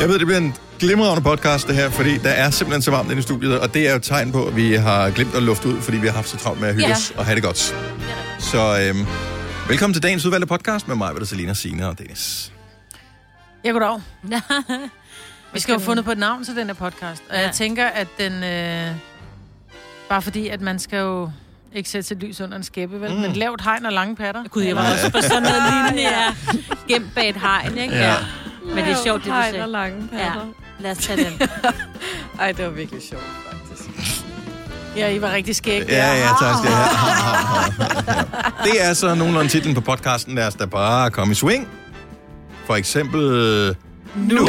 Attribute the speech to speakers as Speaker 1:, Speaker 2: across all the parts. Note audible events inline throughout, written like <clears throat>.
Speaker 1: Jeg ved, det bliver en glimrende podcast, det her, fordi der er simpelthen så varmt inde i studiet, og det er jo et tegn på, at vi har glemt at lufte ud, fordi vi har haft så travlt med at hygge
Speaker 2: Ja.
Speaker 1: os og have det godt. Så øhm, velkommen til dagens udvalgte podcast med mig, Vedder Selina, Signe og Dennis.
Speaker 3: Jeg går
Speaker 4: <laughs>
Speaker 3: dog. Vi skal jo have fundet på et navn til den her podcast. Og ja. jeg tænker, at den... Øh, bare fordi, at man skal jo ikke sætte sit lys under en skæppe, vel? Mm. Men lavt hegn og lange patter.
Speaker 4: Gud, jeg var også på sådan
Speaker 3: <laughs>
Speaker 4: noget lignende, ja. Gemt bag et hegn, ikke?
Speaker 1: Ja.
Speaker 4: Ja. Men det er sjovt, det du
Speaker 5: Hej, der
Speaker 4: sagde.
Speaker 5: er lange
Speaker 4: Ja,
Speaker 5: patter.
Speaker 4: lad os tage den.
Speaker 5: Ja. <laughs> Ej, det var virkelig sjovt,
Speaker 1: <laughs>
Speaker 5: faktisk.
Speaker 3: Ja, I var rigtig skæg.
Speaker 1: Ja, ja, tak skal jeg have. Det er så nogenlunde titlen på podcasten. Lad os da bare komme i swing. For eksempel... øh, Nu! nu.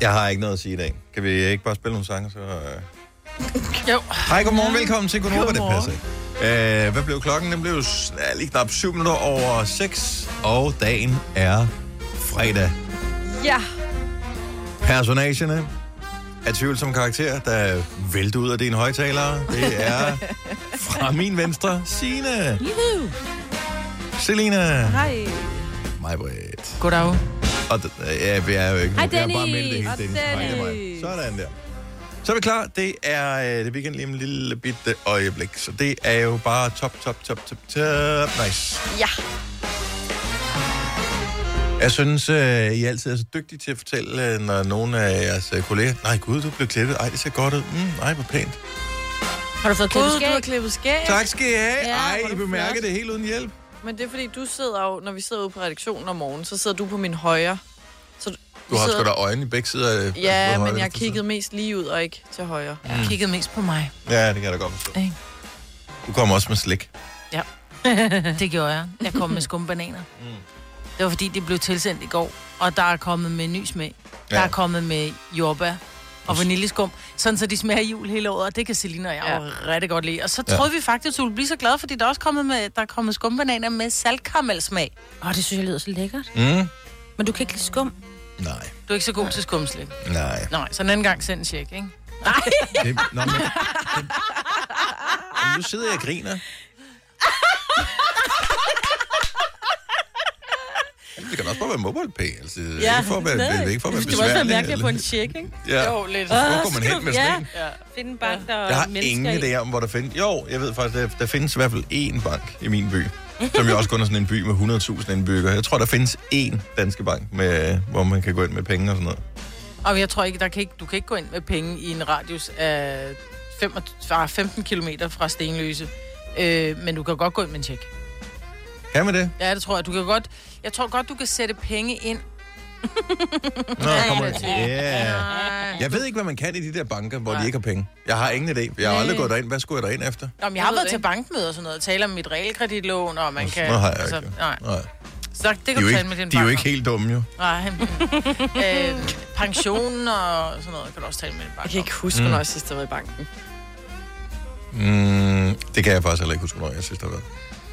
Speaker 1: Jeg har ikke noget at sige i dag. Kan vi ikke bare spille nogle sange, så... øh?
Speaker 3: Jo.
Speaker 1: Hej, godmorgen. Velkommen til Gunova. Det passer
Speaker 3: Godmorgen.
Speaker 1: ikke. Øh, hvad blev klokken? Den blev s- ja, lige knap 7 minutter over 6, og dagen er fredag.
Speaker 5: Ja,
Speaker 1: Personagerne er tvivlsom karakter, der vælter ud af din højtaler. Det er fra min venstre, Signe. Selina.
Speaker 5: hej.
Speaker 1: Mig, Britt.
Speaker 3: Goddag.
Speaker 1: Og d- øh, ja, jeg er jo ikke...
Speaker 4: Hej,
Speaker 1: Jeg har bare
Speaker 4: Dennis.
Speaker 1: meldt det hele,
Speaker 4: Og
Speaker 1: Dennis. Hej, det er mig.
Speaker 5: Dennis.
Speaker 1: Sådan der. Så er vi klar. Det er øh, det weekend lige om en lille bitte øjeblik. Så det er jo bare top, top, top, top, top. Nice.
Speaker 5: Ja.
Speaker 1: Jeg synes, øh, I altid er så dygtige til at fortælle, øh, når nogen af jeres øh, kolleger... Nej, gud, du blev klippet. Ej, det ser godt ud. Mm, nej, hvor pænt.
Speaker 4: Har du fået klippet
Speaker 5: Gud, du har
Speaker 4: skæg?
Speaker 5: klippet skæg.
Speaker 1: Tak skal I have.
Speaker 4: Ja,
Speaker 1: Ej,
Speaker 5: hvor er
Speaker 1: I
Speaker 5: du
Speaker 1: bemærker
Speaker 5: flot.
Speaker 1: det helt uden hjælp.
Speaker 5: Men det er fordi, du sidder jo, når vi sidder ude på redaktionen om morgenen, så sidder du på min højre. Så du,
Speaker 1: Du har sgu
Speaker 5: sidder-
Speaker 1: da øjne i begge sider. øh,
Speaker 5: Ja,
Speaker 1: på højre
Speaker 5: men jeg
Speaker 1: venstre side.
Speaker 5: kiggede mest lige ud og ikke til højre.
Speaker 3: Jeg mm. kiggede mest på mig.
Speaker 1: Ja, det kan jeg da godt forstå.
Speaker 3: Ikke?
Speaker 1: Du kommer også med slik.
Speaker 4: <laughs>
Speaker 3: Det gjorde jeg. Jeg kom med skumbananer. Mm. Det var fordi, det blev tilsendt i går, og der er kommet med nys med. Der
Speaker 1: Ja.
Speaker 3: er kommet med jordbær og vaniljeskum, sådan så de smager af jul hele året, og det kan Selina og jeg
Speaker 5: Ja.
Speaker 3: ja. jo rigtig godt lide. Og så
Speaker 1: Ja.
Speaker 3: troede vi faktisk, at du ville blive så glad, fordi der er også kommet med, der er kommet skumbananer med saltkaramelsmag.
Speaker 4: Åh, det synes jeg lyder så lækkert.
Speaker 1: Mm.
Speaker 4: Men du kan ikke lide skum.
Speaker 1: Nej,
Speaker 3: Du er ikke så god til skumslik.
Speaker 1: nej.
Speaker 3: Nej, så en anden gang send en check, ikke? <laughs>
Speaker 1: Det, nå, men, det, men, nu sidder jeg og griner. Jamen, Det kan også bare være mobile pay. Altså, ja, det er ikke for at være, det er ikke for at være
Speaker 4: Det var også være
Speaker 1: besværlig,
Speaker 4: mærkeligt at få en
Speaker 1: eller-
Speaker 4: check, ikke?
Speaker 1: Ja.
Speaker 3: Jo, lidt.
Speaker 1: Hvor går man hen med sådan en?
Speaker 4: Ja, find en bank, der
Speaker 1: Jeg
Speaker 4: er
Speaker 1: har
Speaker 4: mennesker
Speaker 1: ingen
Speaker 5: <laughs>
Speaker 1: idé om, hvor der findes... Jo, jeg ved faktisk, der, der findes i hvert fald én bank i min by. Som jo også kun er sådan en by med 100.000 indbyggere. Jeg tror, der findes én danske bank, med, hvor man kan gå ind med penge og sådan noget.
Speaker 3: Og jeg tror ikke, der kan ikke, du kan ikke gå ind med penge i en radius af 25, ah, 15 km fra Stenløse. Øh, men du kan godt gå ind med en check.
Speaker 1: Kan man det?
Speaker 3: Ja, det tror jeg. Du kan godt, jeg tror godt, du kan sætte penge ind.
Speaker 1: Nå, kommer yeah. Jeg ved ikke, hvad man kan i de der banker, hvor de
Speaker 3: Nej.
Speaker 1: ikke har penge. Jeg har ingen idé. Jeg har aldrig gået derind. Hvad skulle jeg derind efter?
Speaker 3: Nå, men jeg har
Speaker 5: Jeg ved
Speaker 3: været
Speaker 5: det
Speaker 3: til
Speaker 5: ikke.
Speaker 3: bankmøder og sådan noget, og tale om mit realkreditlån, og man kan... altså,
Speaker 1: Nå, har jeg ikke.
Speaker 3: nej.
Speaker 1: Nej.
Speaker 3: Så der- det
Speaker 1: De er
Speaker 3: kan
Speaker 1: jo
Speaker 3: du tale med
Speaker 1: ikke,
Speaker 3: din
Speaker 1: de er jo
Speaker 3: bank
Speaker 1: ikke
Speaker 3: om.
Speaker 1: helt dumme, jo.
Speaker 3: Nej.
Speaker 1: <laughs>
Speaker 3: øh, pension og sådan noget, kan du også tale med din
Speaker 5: Jeg
Speaker 3: bank
Speaker 5: kan
Speaker 3: om.
Speaker 5: ikke huske, hvornår jeg sidst har været i banken.
Speaker 1: Mm, det kan jeg faktisk heller ikke huske, hvornår jeg sidst har været.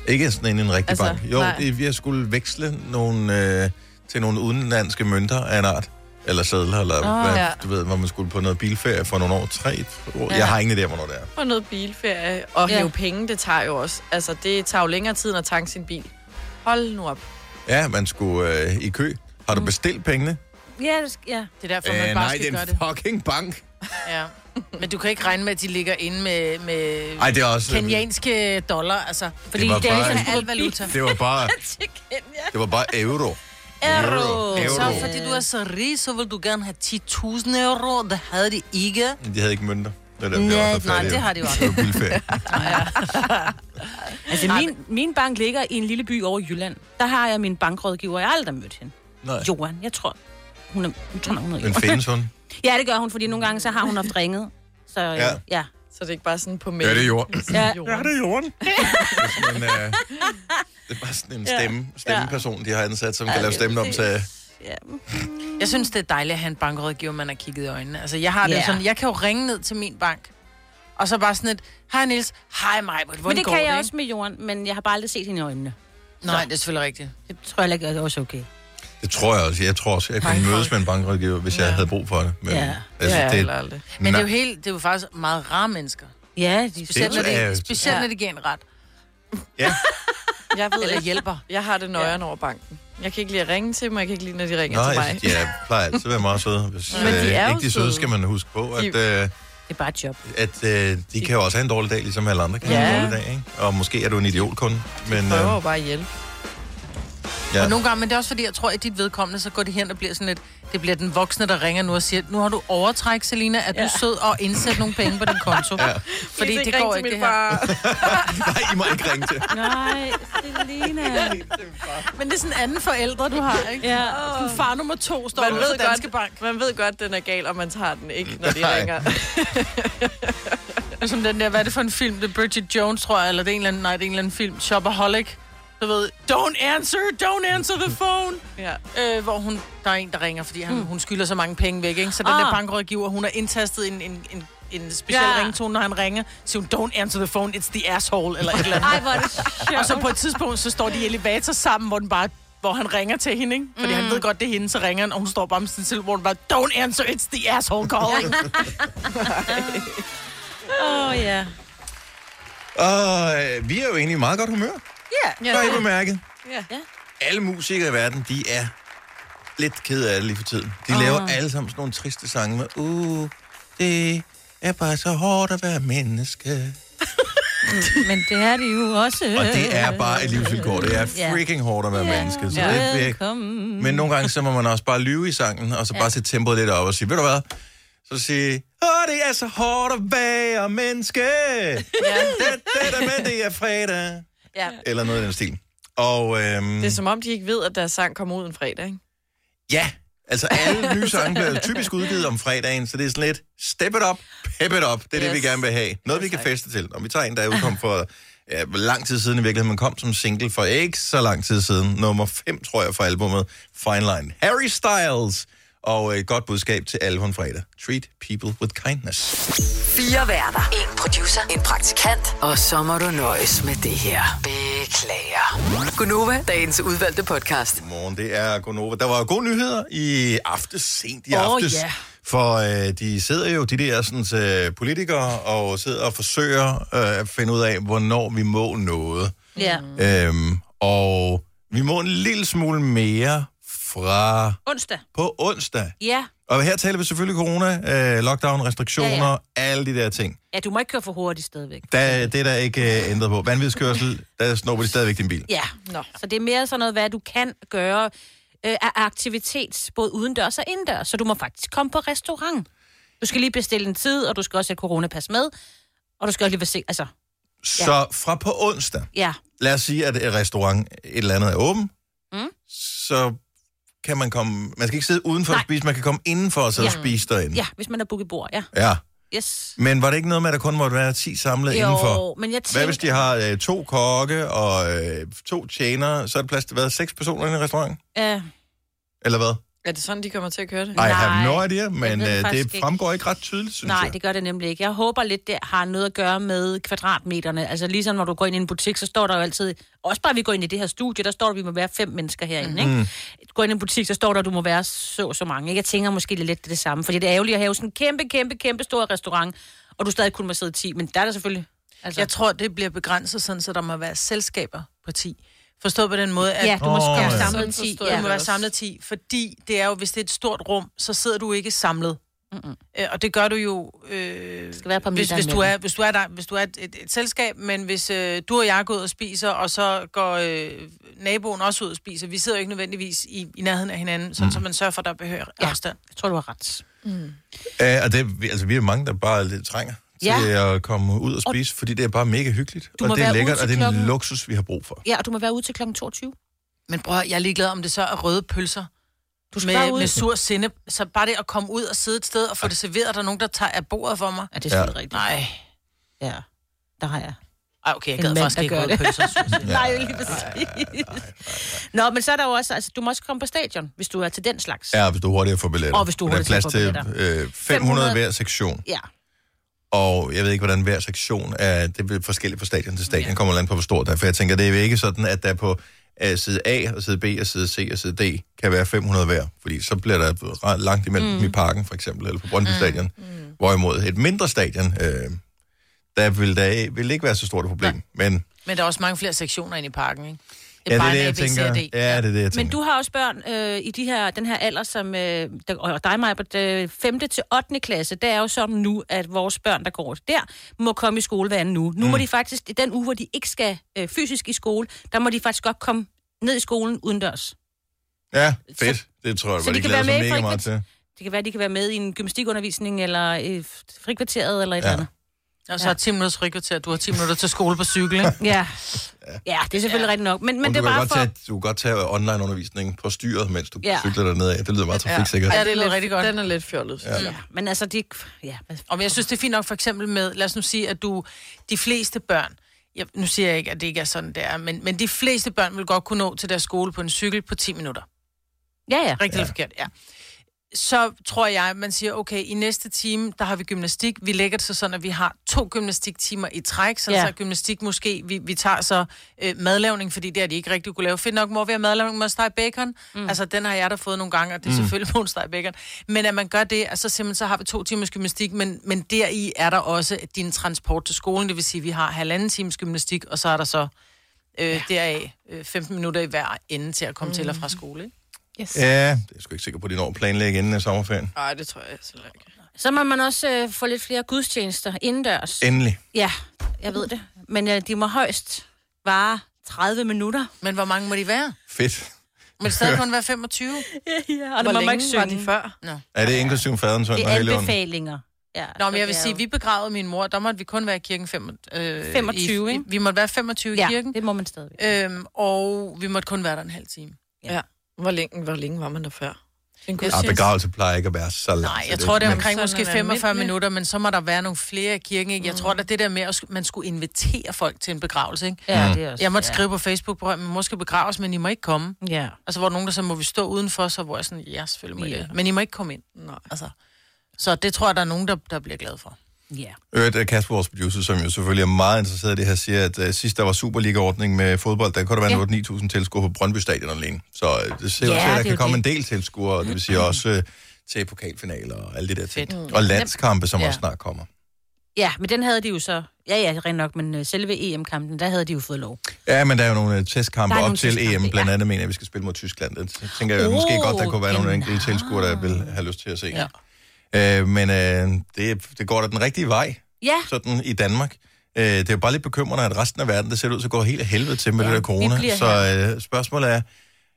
Speaker 1: Ikke sådan en, en rigtig altså,
Speaker 5: Altså,
Speaker 1: bank. Jo,
Speaker 5: nej.
Speaker 1: det, jeg skulle veksle nogle, øh, til nogle udenlandske mønter af en art. Eller sædler, eller oh, hvad, ja.
Speaker 5: ja.
Speaker 1: du ved, hvor man skulle på noget bilferie for nogle år. Tre år. Ja. Jeg har ingen idé, om, hvornår det er.
Speaker 5: På noget bilferie og
Speaker 4: Ja.
Speaker 5: hæve penge, det tager jo også. Altså, det tager jo længere tid, end at tanke sin bil. Hold nu op.
Speaker 1: Ja, man skulle øh, i kø. Har
Speaker 3: Mm.
Speaker 1: du bestilt pengene?
Speaker 4: Ja, det skal- ja.
Speaker 3: Det er derfor, man bare
Speaker 1: Øh, nej, det
Speaker 3: skal
Speaker 1: er
Speaker 3: gøre
Speaker 1: en
Speaker 3: det.
Speaker 1: fucking bank.
Speaker 3: Ja. Men du kan ikke regne med, at de ligger inde med, med
Speaker 1: Ej, det er også...
Speaker 3: kenyanske dollar, altså. Fordi
Speaker 1: var
Speaker 3: det, det er
Speaker 1: bare
Speaker 3: ikke
Speaker 1: en-
Speaker 3: al valuta.
Speaker 1: Det var
Speaker 3: <laughs>
Speaker 1: bare, det var bare euro. Euro.
Speaker 3: Så
Speaker 1: euro.
Speaker 3: fordi du er så rig, så vil du gerne have 10.000 euro. Det havde de ikke.
Speaker 1: Men De havde ikke mønter. Det er dem,
Speaker 3: Nej,
Speaker 1: der også er
Speaker 3: nej,
Speaker 1: fattige.
Speaker 3: det har de jo
Speaker 1: Det var bilferie.
Speaker 4: Altså, min, min bank ligger i en lille by over i Jylland. Der har jeg min bankrådgiver. Jeg har aldrig mødt hende.
Speaker 1: Nej.
Speaker 4: Johan, jeg tror. Hun er, jeg tror, nok, hun
Speaker 1: Men
Speaker 4: er
Speaker 1: findes hun?
Speaker 4: Ja, det gør hun, fordi nogle gange så har hun haft ringet. Så øh,
Speaker 1: Ja.
Speaker 4: ja. ja.
Speaker 5: Så det er ikke bare sådan på mail.
Speaker 1: Ja, det er jorden.
Speaker 4: ja.
Speaker 1: Ja, det er jorden. det, er sådan en, øh, det er bare sådan en stemme, stemmeperson, de har ansat, som kan lave stemmen om til...
Speaker 3: Jeg synes, det er dejligt at have en bankrådgiver, man har kigget i øjnene. Altså, jeg har yeah.
Speaker 4: Ja.
Speaker 3: det sådan, jeg kan jo ringe ned til min bank, og så bare sådan et, hej Niels, hej mig, hvordan
Speaker 4: Men det
Speaker 3: går
Speaker 4: kan
Speaker 3: det?
Speaker 4: jeg
Speaker 3: ikke?
Speaker 4: også med Jorden, men jeg har bare aldrig set hende i øjnene.
Speaker 3: Nej, det er selvfølgelig rigtigt.
Speaker 4: Det tror jeg heller ikke er også okay.
Speaker 1: Det tror jeg også. Jeg tror også, jeg kunne mødes med en bankrådgiver, hvis jeg havde brug for det. Men,
Speaker 4: Ja.
Speaker 1: altså,
Speaker 5: Ja,
Speaker 1: det,
Speaker 5: eller aldrig.
Speaker 3: Men det er jo, helt, det er jo faktisk meget rare mennesker.
Speaker 4: Ja, de
Speaker 3: Specielt, når,
Speaker 1: er
Speaker 3: det,
Speaker 1: jo-
Speaker 3: specielt
Speaker 4: Ja.
Speaker 3: når det giver en ret.
Speaker 1: ja,
Speaker 5: Jeg ved
Speaker 3: Eller
Speaker 5: ikke,
Speaker 3: hjælper.
Speaker 5: jeg har det nøjeren over banken. Jeg kan ikke lide at ringe til dem, og jeg kan ikke lide, når de ringer
Speaker 1: Nå,
Speaker 5: til mig.
Speaker 1: jeg, jeg plejer altid at være meget søde. Hvis, øh,
Speaker 5: Men de er jo
Speaker 1: ikke de søde,
Speaker 5: søde.
Speaker 1: skal man huske på, at, øh,
Speaker 4: Det er bare et job.
Speaker 1: at øh, de kan jo også have en dårlig dag, ligesom alle andre kan have
Speaker 5: Ja.
Speaker 1: en dårlig dag. Ikke? Og måske er du en idiotkunde, men øh,
Speaker 5: Prøver jo bare at hjælpe.
Speaker 1: ja,
Speaker 3: Og nogle gange, men det er også fordi, jeg tror, at dit vedkommende, så går det hen og bliver sådan lidt, det bliver den voksne, der ringer nu og siger, nu har du overtræk, Selina, er du
Speaker 4: Ja.
Speaker 3: sød og indsæt nogle penge på din konto?
Speaker 1: Ja.
Speaker 3: Ja. Fordi det går ikke, det her.
Speaker 5: far.
Speaker 1: <laughs> nej, I må ikke ringe til.
Speaker 4: <laughs> Nej, Selina.
Speaker 5: <laughs>
Speaker 3: Men det er sådan en anden forældre, du har, ikke?
Speaker 4: Ja.
Speaker 3: Sådan far nummer to står
Speaker 5: Man
Speaker 3: der
Speaker 5: ved,
Speaker 3: ved Danske
Speaker 5: godt,
Speaker 3: Bank,
Speaker 5: bank. man ved godt, den er gal, og man tager den ikke, når de
Speaker 1: Nej.
Speaker 5: ringer.
Speaker 3: som den der, hvad er det for en film? Det er Bridget Jones, tror jeg, eller det er en eller anden, nej, det er en eller anden film, Shopaholic. Du ved, don't answer, don't answer the phone.
Speaker 5: Ja.
Speaker 3: Øh, hvor hun, der er en, der ringer, fordi han, mm. hun skylder så mange penge væk, ikke? Så den
Speaker 4: Ah.
Speaker 3: der bankrådgiver, hun har indtastet en, en, en, en speciel
Speaker 4: Ja.
Speaker 3: ja. ringtone, når han ringer. Så siger hun, don't answer the phone, it's the asshole, eller et eller andet.
Speaker 4: Ej, hvor er det sjovt.
Speaker 3: Og så på et tidspunkt, så står de i elevator sammen, hvor, den bare, hvor han ringer til hende, ikke? Fordi
Speaker 4: Mm.
Speaker 3: han ved godt, det er hende, så ringer han, og hun står bare med sin telefon, bare, don't answer, it's the asshole calling.
Speaker 4: Åh, ja.
Speaker 1: Og øh, vi er jo egentlig i meget godt humør,
Speaker 5: Ja.
Speaker 1: har I bemærket.
Speaker 5: ja.
Speaker 1: Alle musikere i verden, de er lidt kede af det lige for tiden. De oh. laver alle sammen sådan nogle triste sange med, uh, det er bare så hårdt at være menneske.
Speaker 4: Mm, Men det er det jo også.
Speaker 1: Og det er bare et livsvilkår. Det er freaking hårdt at være
Speaker 4: Ja.
Speaker 1: menneske. Så
Speaker 5: Ja.
Speaker 1: det er væk.
Speaker 4: Velkommen.
Speaker 1: Men nogle gange, så må man også bare lyve i sangen, og så bare sætte tempoet lidt op og sige, ved du hvad? Så sige, åh, det er så hårdt at være menneske. Det, det der med, det er fredag.
Speaker 5: Ja.
Speaker 1: Eller noget i den stil. Og øhm,
Speaker 5: Det er som om, de ikke ved, at deres sang kommer ud en fredag, ikke?
Speaker 1: ja, altså alle nye sange bliver typisk udgivet om fredagen, så det er sådan lidt, step it up, pep it up. Det er yes. det, vi
Speaker 5: Yes.
Speaker 1: gerne vil have. Noget, vi kan feste til. Om vi tager en, der er udkommet for ja, lang tid siden i virkeligheden, men kom som single for ikke så lang tid siden. Nummer 5, tror jeg, fra albumet Fine Line. Harry Styles. Og et godt budskab til alle på en fredag. Treat people with kindness.
Speaker 2: Fire værter. En producer. En praktikant. Og så må du nøjes med det her. Beklager. Gunova, dagens udvalgte podcast.
Speaker 1: Godmorgen, det er Gonova. Der var jo gode nyheder i aftes, sent i
Speaker 3: Åh,
Speaker 1: aftes.
Speaker 3: ja.
Speaker 1: For øh, de sidder jo, de der sådan, øh, politikere, og sidder og forsøger øh, at finde ud af, hvornår vi må noget.
Speaker 4: Ja.
Speaker 1: Øhm, og vi må en lille smule mere fra
Speaker 4: Onsdag.
Speaker 1: på onsdag.
Speaker 4: Ja.
Speaker 1: Og her taler vi selvfølgelig corona, øh, lockdown, restriktioner,
Speaker 4: Ja,
Speaker 1: ja, ja. alle de der ting.
Speaker 4: Ja, du må ikke køre for hurtigt stadigvæk.
Speaker 1: Der, det er der ikke øh, ændret på. Vanvidskørsel, der snupper de stadigvæk din bil.
Speaker 4: Ja.
Speaker 5: Nå.
Speaker 4: Så det er mere sådan noget, hvad du kan gøre øh, af aktivitet, både udendørs og indendørs. Så du må faktisk komme på restaurant. Du skal lige bestille en tid, og du skal også have coronapas med. Og du skal også lige være se, altså,
Speaker 1: Så fra på onsdag,
Speaker 4: ja.
Speaker 1: lad os sige, at et restaurant et eller andet er åben, mm. så kan man komme... Man skal ikke sidde udenfor og
Speaker 4: Nej.
Speaker 1: spise, man kan komme indenfor og sidde ja. og
Speaker 4: Ja.
Speaker 1: spise derinde.
Speaker 4: Ja, hvis man har booket bord, ja.
Speaker 1: ja.
Speaker 4: Yes.
Speaker 1: Men var det ikke noget med, at der kun måtte være 10 samlet jo. indenfor?
Speaker 4: Jo, men jeg tænker...
Speaker 1: Hvad hvis de har øh, to kokke og øh, to tjenere, så er det plads til hvad? Seks personer i en restaurant?
Speaker 4: Øh,
Speaker 1: Eller hvad?
Speaker 5: Er det sådan, de kommer til at køre det?
Speaker 1: I
Speaker 4: Nej,
Speaker 1: have no idea, men
Speaker 4: ved det
Speaker 1: øh,
Speaker 4: faktisk
Speaker 1: det
Speaker 4: ikke.
Speaker 1: fremgår ikke ret tydeligt, synes
Speaker 4: nej,
Speaker 1: jeg.
Speaker 4: det gør det nemlig ikke. Jeg håber lidt, det har noget at gøre med kvadratmeterne. Altså ligesom når du går ind i en butik, så står der jo altid... Også bare vi går ind i det her studie, der står der, vi må være fem mennesker
Speaker 1: Mm.
Speaker 4: herinde, ikke? Du går ind i en butik, så står der, du må være så og så mange. Ikke? Jeg tænker måske lidt det, er det samme, fordi det er ærgerligt at have sådan en kæmpe, kæmpe, kæmpe stor restaurant, og du stadig kun må sidde 10, men der er der selvfølgelig... Altså,
Speaker 3: Jeg tror, det bliver begrænset sådan, så der må være selskaber på 10. Forstået på den måde, at
Speaker 4: ja, du må
Speaker 1: Åh,
Speaker 4: oh,
Speaker 1: ja.
Speaker 4: være
Speaker 3: Sådan
Speaker 4: samlet 10.
Speaker 5: forstår
Speaker 3: Ja,
Speaker 4: Ja.
Speaker 3: du må
Speaker 5: det
Speaker 3: være
Speaker 5: også.
Speaker 3: samlet 10, fordi det er jo, hvis det er et stort rum, så sidder du ikke samlet. Øh, Og det gør du jo, øh,
Speaker 4: skal være på
Speaker 3: hvis,
Speaker 4: middag
Speaker 3: hvis, du
Speaker 4: imellem.
Speaker 3: er, hvis du er, der, hvis du er et, et, et selskab, men hvis øh, du og jeg går ud og spiser, og så går øh, naboen også ud og spiser, vi sidder jo ikke nødvendigvis i, i nærheden af hinanden, sådan, mm. så man sørger for, at der behøver
Speaker 4: Ja.
Speaker 3: afstand. Mm.
Speaker 4: Jeg tror, du har ret.
Speaker 1: Ja, og det, vi- altså, vi er mange, der bare lidt trænger
Speaker 4: Ja.
Speaker 1: til at komme ud og spise, fordi det er bare mega hyggeligt,
Speaker 4: Du
Speaker 1: og
Speaker 4: må
Speaker 1: det er
Speaker 4: være ude
Speaker 1: lækkert,
Speaker 4: til
Speaker 1: og det er en
Speaker 4: klokken-
Speaker 1: luksus, vi har brug for.
Speaker 4: Ja, og du må være ude til kl. 22.
Speaker 3: Men bror, jeg er ligeglad, om det så er røde pølser
Speaker 4: Du skal
Speaker 3: med,
Speaker 4: være ude.
Speaker 3: med sur sinde. Så bare det at komme ud og sidde et sted og få det serveret, og der er nogen, der tager af bordet for mig.
Speaker 4: Ja, det er selvfølgelig rigtigt.
Speaker 3: Nej.
Speaker 4: Ja, der har jeg.
Speaker 3: Ej, okay, jeg
Speaker 4: En
Speaker 3: gad
Speaker 4: mand,
Speaker 3: faktisk
Speaker 4: der
Speaker 3: ikke
Speaker 4: gør
Speaker 3: røde
Speaker 4: det. <laughs>
Speaker 3: pølser. og sur sinde.
Speaker 4: Ja, nej, lige præcis. Nå, men så er der jo også, altså du må også komme på stadion, hvis du er til den slags.
Speaker 1: Ja, hvis du er hurtigere får billetter.
Speaker 4: Og hvis du er
Speaker 1: Og der er plads
Speaker 4: hurtigere
Speaker 1: til
Speaker 4: får
Speaker 1: øh, 500, 500
Speaker 4: 500
Speaker 1: hver sektion.
Speaker 4: ja.
Speaker 1: Og jeg ved ikke, hvordan hver sektion er. Det er forskelligt fra stadion til stadion, kommer land på, hvor stort der er. For jeg tænker, det er jo ikke sådan, at der på øh, side A og side B og side C og side D kan være 500 hver, fordi så bliver der ret langt imellem mm. i parken for eksempel, eller på Brøndby mm. Stadion. Mm. Hvorimod et mindre stadion, øh, der vil der vil ikke være så stort et problem. Ja. Men
Speaker 3: Men der er også mange flere sektioner inde i parken, ikke?
Speaker 1: ja, det er
Speaker 3: bare
Speaker 1: det,
Speaker 3: en
Speaker 1: jeg
Speaker 3: A, B, C og
Speaker 1: tænker.
Speaker 3: D.
Speaker 1: Ja, det er det, jeg tænker.
Speaker 4: Men du har også børn øh, i de her, den her alder, som øh, der, og dig, Maja, på det 5. til 8. klasse, det er jo sådan nu, at vores børn, der går der, må komme i skole hver anden uge. Nu mm. må de faktisk, i den uge, hvor de ikke skal øh, fysisk i skole, der må de faktisk godt komme ned i skolen udendørs.
Speaker 1: Ja, fedt. Det tror jeg,
Speaker 4: så
Speaker 1: hvor
Speaker 4: de
Speaker 1: de
Speaker 4: kan
Speaker 1: glæder
Speaker 4: være
Speaker 1: sig
Speaker 4: med i
Speaker 1: mega meget til.
Speaker 4: Det kan være, de kan være med i en gymnastikundervisning, eller i frikvarteret, eller et
Speaker 1: Ja.
Speaker 4: ja. eller andet.
Speaker 3: Og så har 10 minutters frikvarter, du har 10 minutter til skole på cykel, ikke?
Speaker 4: Ja. ja, det er selvfølgelig ja. rigtigt nok. Men, men
Speaker 1: Men
Speaker 4: det
Speaker 1: du,
Speaker 4: er
Speaker 1: kan
Speaker 4: bare
Speaker 1: godt
Speaker 4: for...
Speaker 1: tage, du kan godt tage online-undervisning på styret, mens du ja.
Speaker 4: Ja.
Speaker 1: cykler dernede af. Det lyder meget trafiksikkert.
Speaker 3: Ja,
Speaker 1: Ja.
Speaker 3: det lyder rigtig godt.
Speaker 5: Den er lidt fjollet. Ja.
Speaker 4: Ja, men altså, de... Ja,
Speaker 3: Og men jeg synes, det er fint nok for eksempel med, lad os nu sige, at du, de fleste børn, jeg, nu siger jeg ikke, at det ikke er sådan, det er, men, men de fleste børn vil godt kunne nå til deres skole på en cykel på 10 minutter.
Speaker 4: ja. ja.
Speaker 3: Rigtigt ja. eller forkert, ja. Så tror jeg, at man siger, okay, i næste time, der har vi gymnastik. Vi lægger det så sådan, at vi har to gymnastiktimer i træk, så, ja.
Speaker 4: Ja.
Speaker 3: så er gymnastik måske, vi, vi tager så øh, madlavning, fordi det har de ikke rigtig kunne lave. Fedt nok, mor, vi har madlavning med steg bacon. Mm. Altså, den har jeg da fået nogle gange, og det er mm. selvfølgelig på en steg bacon. Men at man gør det, og så simpelthen så har vi to timers gymnastik, men, men deri er der også din transport til skolen, det vil sige, at vi har halvanden times gymnastik, og så er der så øh, ja. deraf øh, 15 minutter i hver ende til at komme mm. til og
Speaker 4: Mhm.
Speaker 3: fra skole, ikke?
Speaker 1: ja, det er jeg sgu ikke sikker på, at de når at planlægge inden af sommerferien.
Speaker 5: Nej, det tror jeg altså ikke.
Speaker 4: Så må man også øh, få lidt flere gudstjenester indendørs.
Speaker 1: Endelig.
Speaker 4: Ja, jeg ved det. Men øh, de må højst vare 30 minutter.
Speaker 3: Men hvor mange må de være?
Speaker 1: Fedt.
Speaker 3: Må det stadig kun være 25?
Speaker 4: <laughs> Ja, og
Speaker 5: Hvor
Speaker 4: det må man ikke
Speaker 5: længe var de
Speaker 4: synge.
Speaker 5: før?
Speaker 1: Er det inklusive faderen, sønnen
Speaker 4: Det
Speaker 1: og
Speaker 4: er
Speaker 1: helligånden?
Speaker 4: anbefalinger. Ja,
Speaker 3: Nå, men jeg vil
Speaker 4: det er
Speaker 3: sige,
Speaker 4: jo-
Speaker 3: vi begravede min mor, der måtte vi kun være i kirken fem, øh,
Speaker 4: 25,
Speaker 3: i,
Speaker 4: ikke?
Speaker 3: Vi måtte være 25 i kirken,
Speaker 4: Ja, det må man stadigvæk.
Speaker 3: øhm, og vi måtte kun være der en halv time.
Speaker 5: Hvor længe, hvor længe var man der før? En
Speaker 1: Ja, Ah, begravelse plejer ikke at være så langt.
Speaker 3: Nej,
Speaker 1: så
Speaker 3: jeg
Speaker 1: er
Speaker 3: tror, det er
Speaker 1: men-
Speaker 3: omkring
Speaker 5: Sådan
Speaker 3: måske
Speaker 5: en
Speaker 3: 45
Speaker 5: almindelig-
Speaker 3: minutter, men så må der være nogle flere i kirken, ikke? Jeg tror,
Speaker 4: Mm.
Speaker 3: at det der med, at sk- man skulle invitere folk til en begravelse, ikke?
Speaker 4: Ja, det er også.
Speaker 3: Jeg måtte
Speaker 4: ja.
Speaker 3: skrive på Facebook, på, at man måske begraves, men I må ikke komme.
Speaker 4: Ja.
Speaker 3: Altså, hvor nogen, der så må vi stå udenfor, så hvor jeg sådan, ja, selvfølgelig må I
Speaker 4: Ja.
Speaker 3: det. Men I må ikke komme ind.
Speaker 5: Nej.
Speaker 3: Altså, så det tror jeg, der er nogen, der, der bliver glad for.
Speaker 4: ja.
Speaker 1: Øvrigt, øh, Kasper, vores producer, som jo selvfølgelig er meget interesseret i det her, siger, at uh, sidst der var Superliga-ordning med fodbold, der kunne der være ja. 8-9.000 tilskuere på Brøndby Stadion alene. Så øh, det ser ud
Speaker 4: Ja,
Speaker 1: til, at
Speaker 4: det
Speaker 1: der
Speaker 4: er
Speaker 1: kan
Speaker 4: jo
Speaker 1: komme
Speaker 4: det.
Speaker 1: en del tilskuere, og det vil
Speaker 3: Mm.
Speaker 1: sige også uh, til pokalfinaler og alle det der ting. Og landskampe, som
Speaker 3: Ja.
Speaker 1: også snart kommer.
Speaker 4: ja, men den havde de jo så... Ja, ja, rent nok, men øh, selve EM-kampen, der havde de jo fået lov.
Speaker 1: Ja, men der er jo nogle øh, testkampe
Speaker 4: Der
Speaker 1: op
Speaker 4: er nogle
Speaker 1: til
Speaker 4: testkampe,
Speaker 1: EM, blandt andet mener jeg, at vi skal spille mod Tyskland. Det tænker jeg
Speaker 4: Oh,
Speaker 1: måske godt, der kunne være nogle
Speaker 4: den-
Speaker 1: enkelte tilskuere,
Speaker 4: ah.
Speaker 1: der vil have lyst til at se. Ja. Øh, men øh, det, det går da den rigtige vej, <laughs>
Speaker 4: Ja,
Speaker 1: sådan i Danmark. Øh, det er jo bare lidt bekymrende, at resten af verden, det ser ud til at gå helt af helvede til med ja,
Speaker 4: Ja,
Speaker 1: det der
Speaker 4: vi
Speaker 1: corona.
Speaker 4: bliver
Speaker 1: Så øh, spørgsmålet er,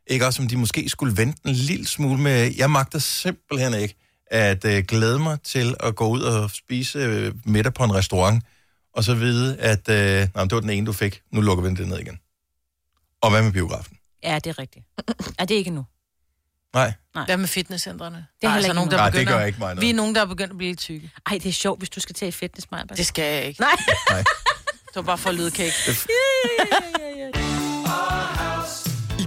Speaker 1: ikke også om de måske skulle vente en lille smule med, jeg magter simpelthen ikke, at øh, glæde mig til at gå ud og spise øh, middag på en restaurant, og så vide, at øh, nej, det var den ene, du fik, nu lukker vi den ned igen. Og hvad med biografen?
Speaker 4: ja, det er rigtigt. Ja, det er ikke nu.
Speaker 1: Nej,
Speaker 3: Hvad med fitnesscentrene?
Speaker 4: Det er heller ikke
Speaker 3: nogen, der
Speaker 1: nej det
Speaker 3: begynder...
Speaker 1: gør ikke mig
Speaker 3: Vi er
Speaker 1: noget.
Speaker 3: nogen, der er begyndt at blive lidt tykke.
Speaker 4: Ej, det er sjovt, hvis du skal til et fitness, Maja.
Speaker 3: Det skal jeg ikke.
Speaker 4: Nej.
Speaker 1: Nej.
Speaker 3: Det var bare
Speaker 4: <laughs>
Speaker 3: for at lyde kæk.
Speaker 6: I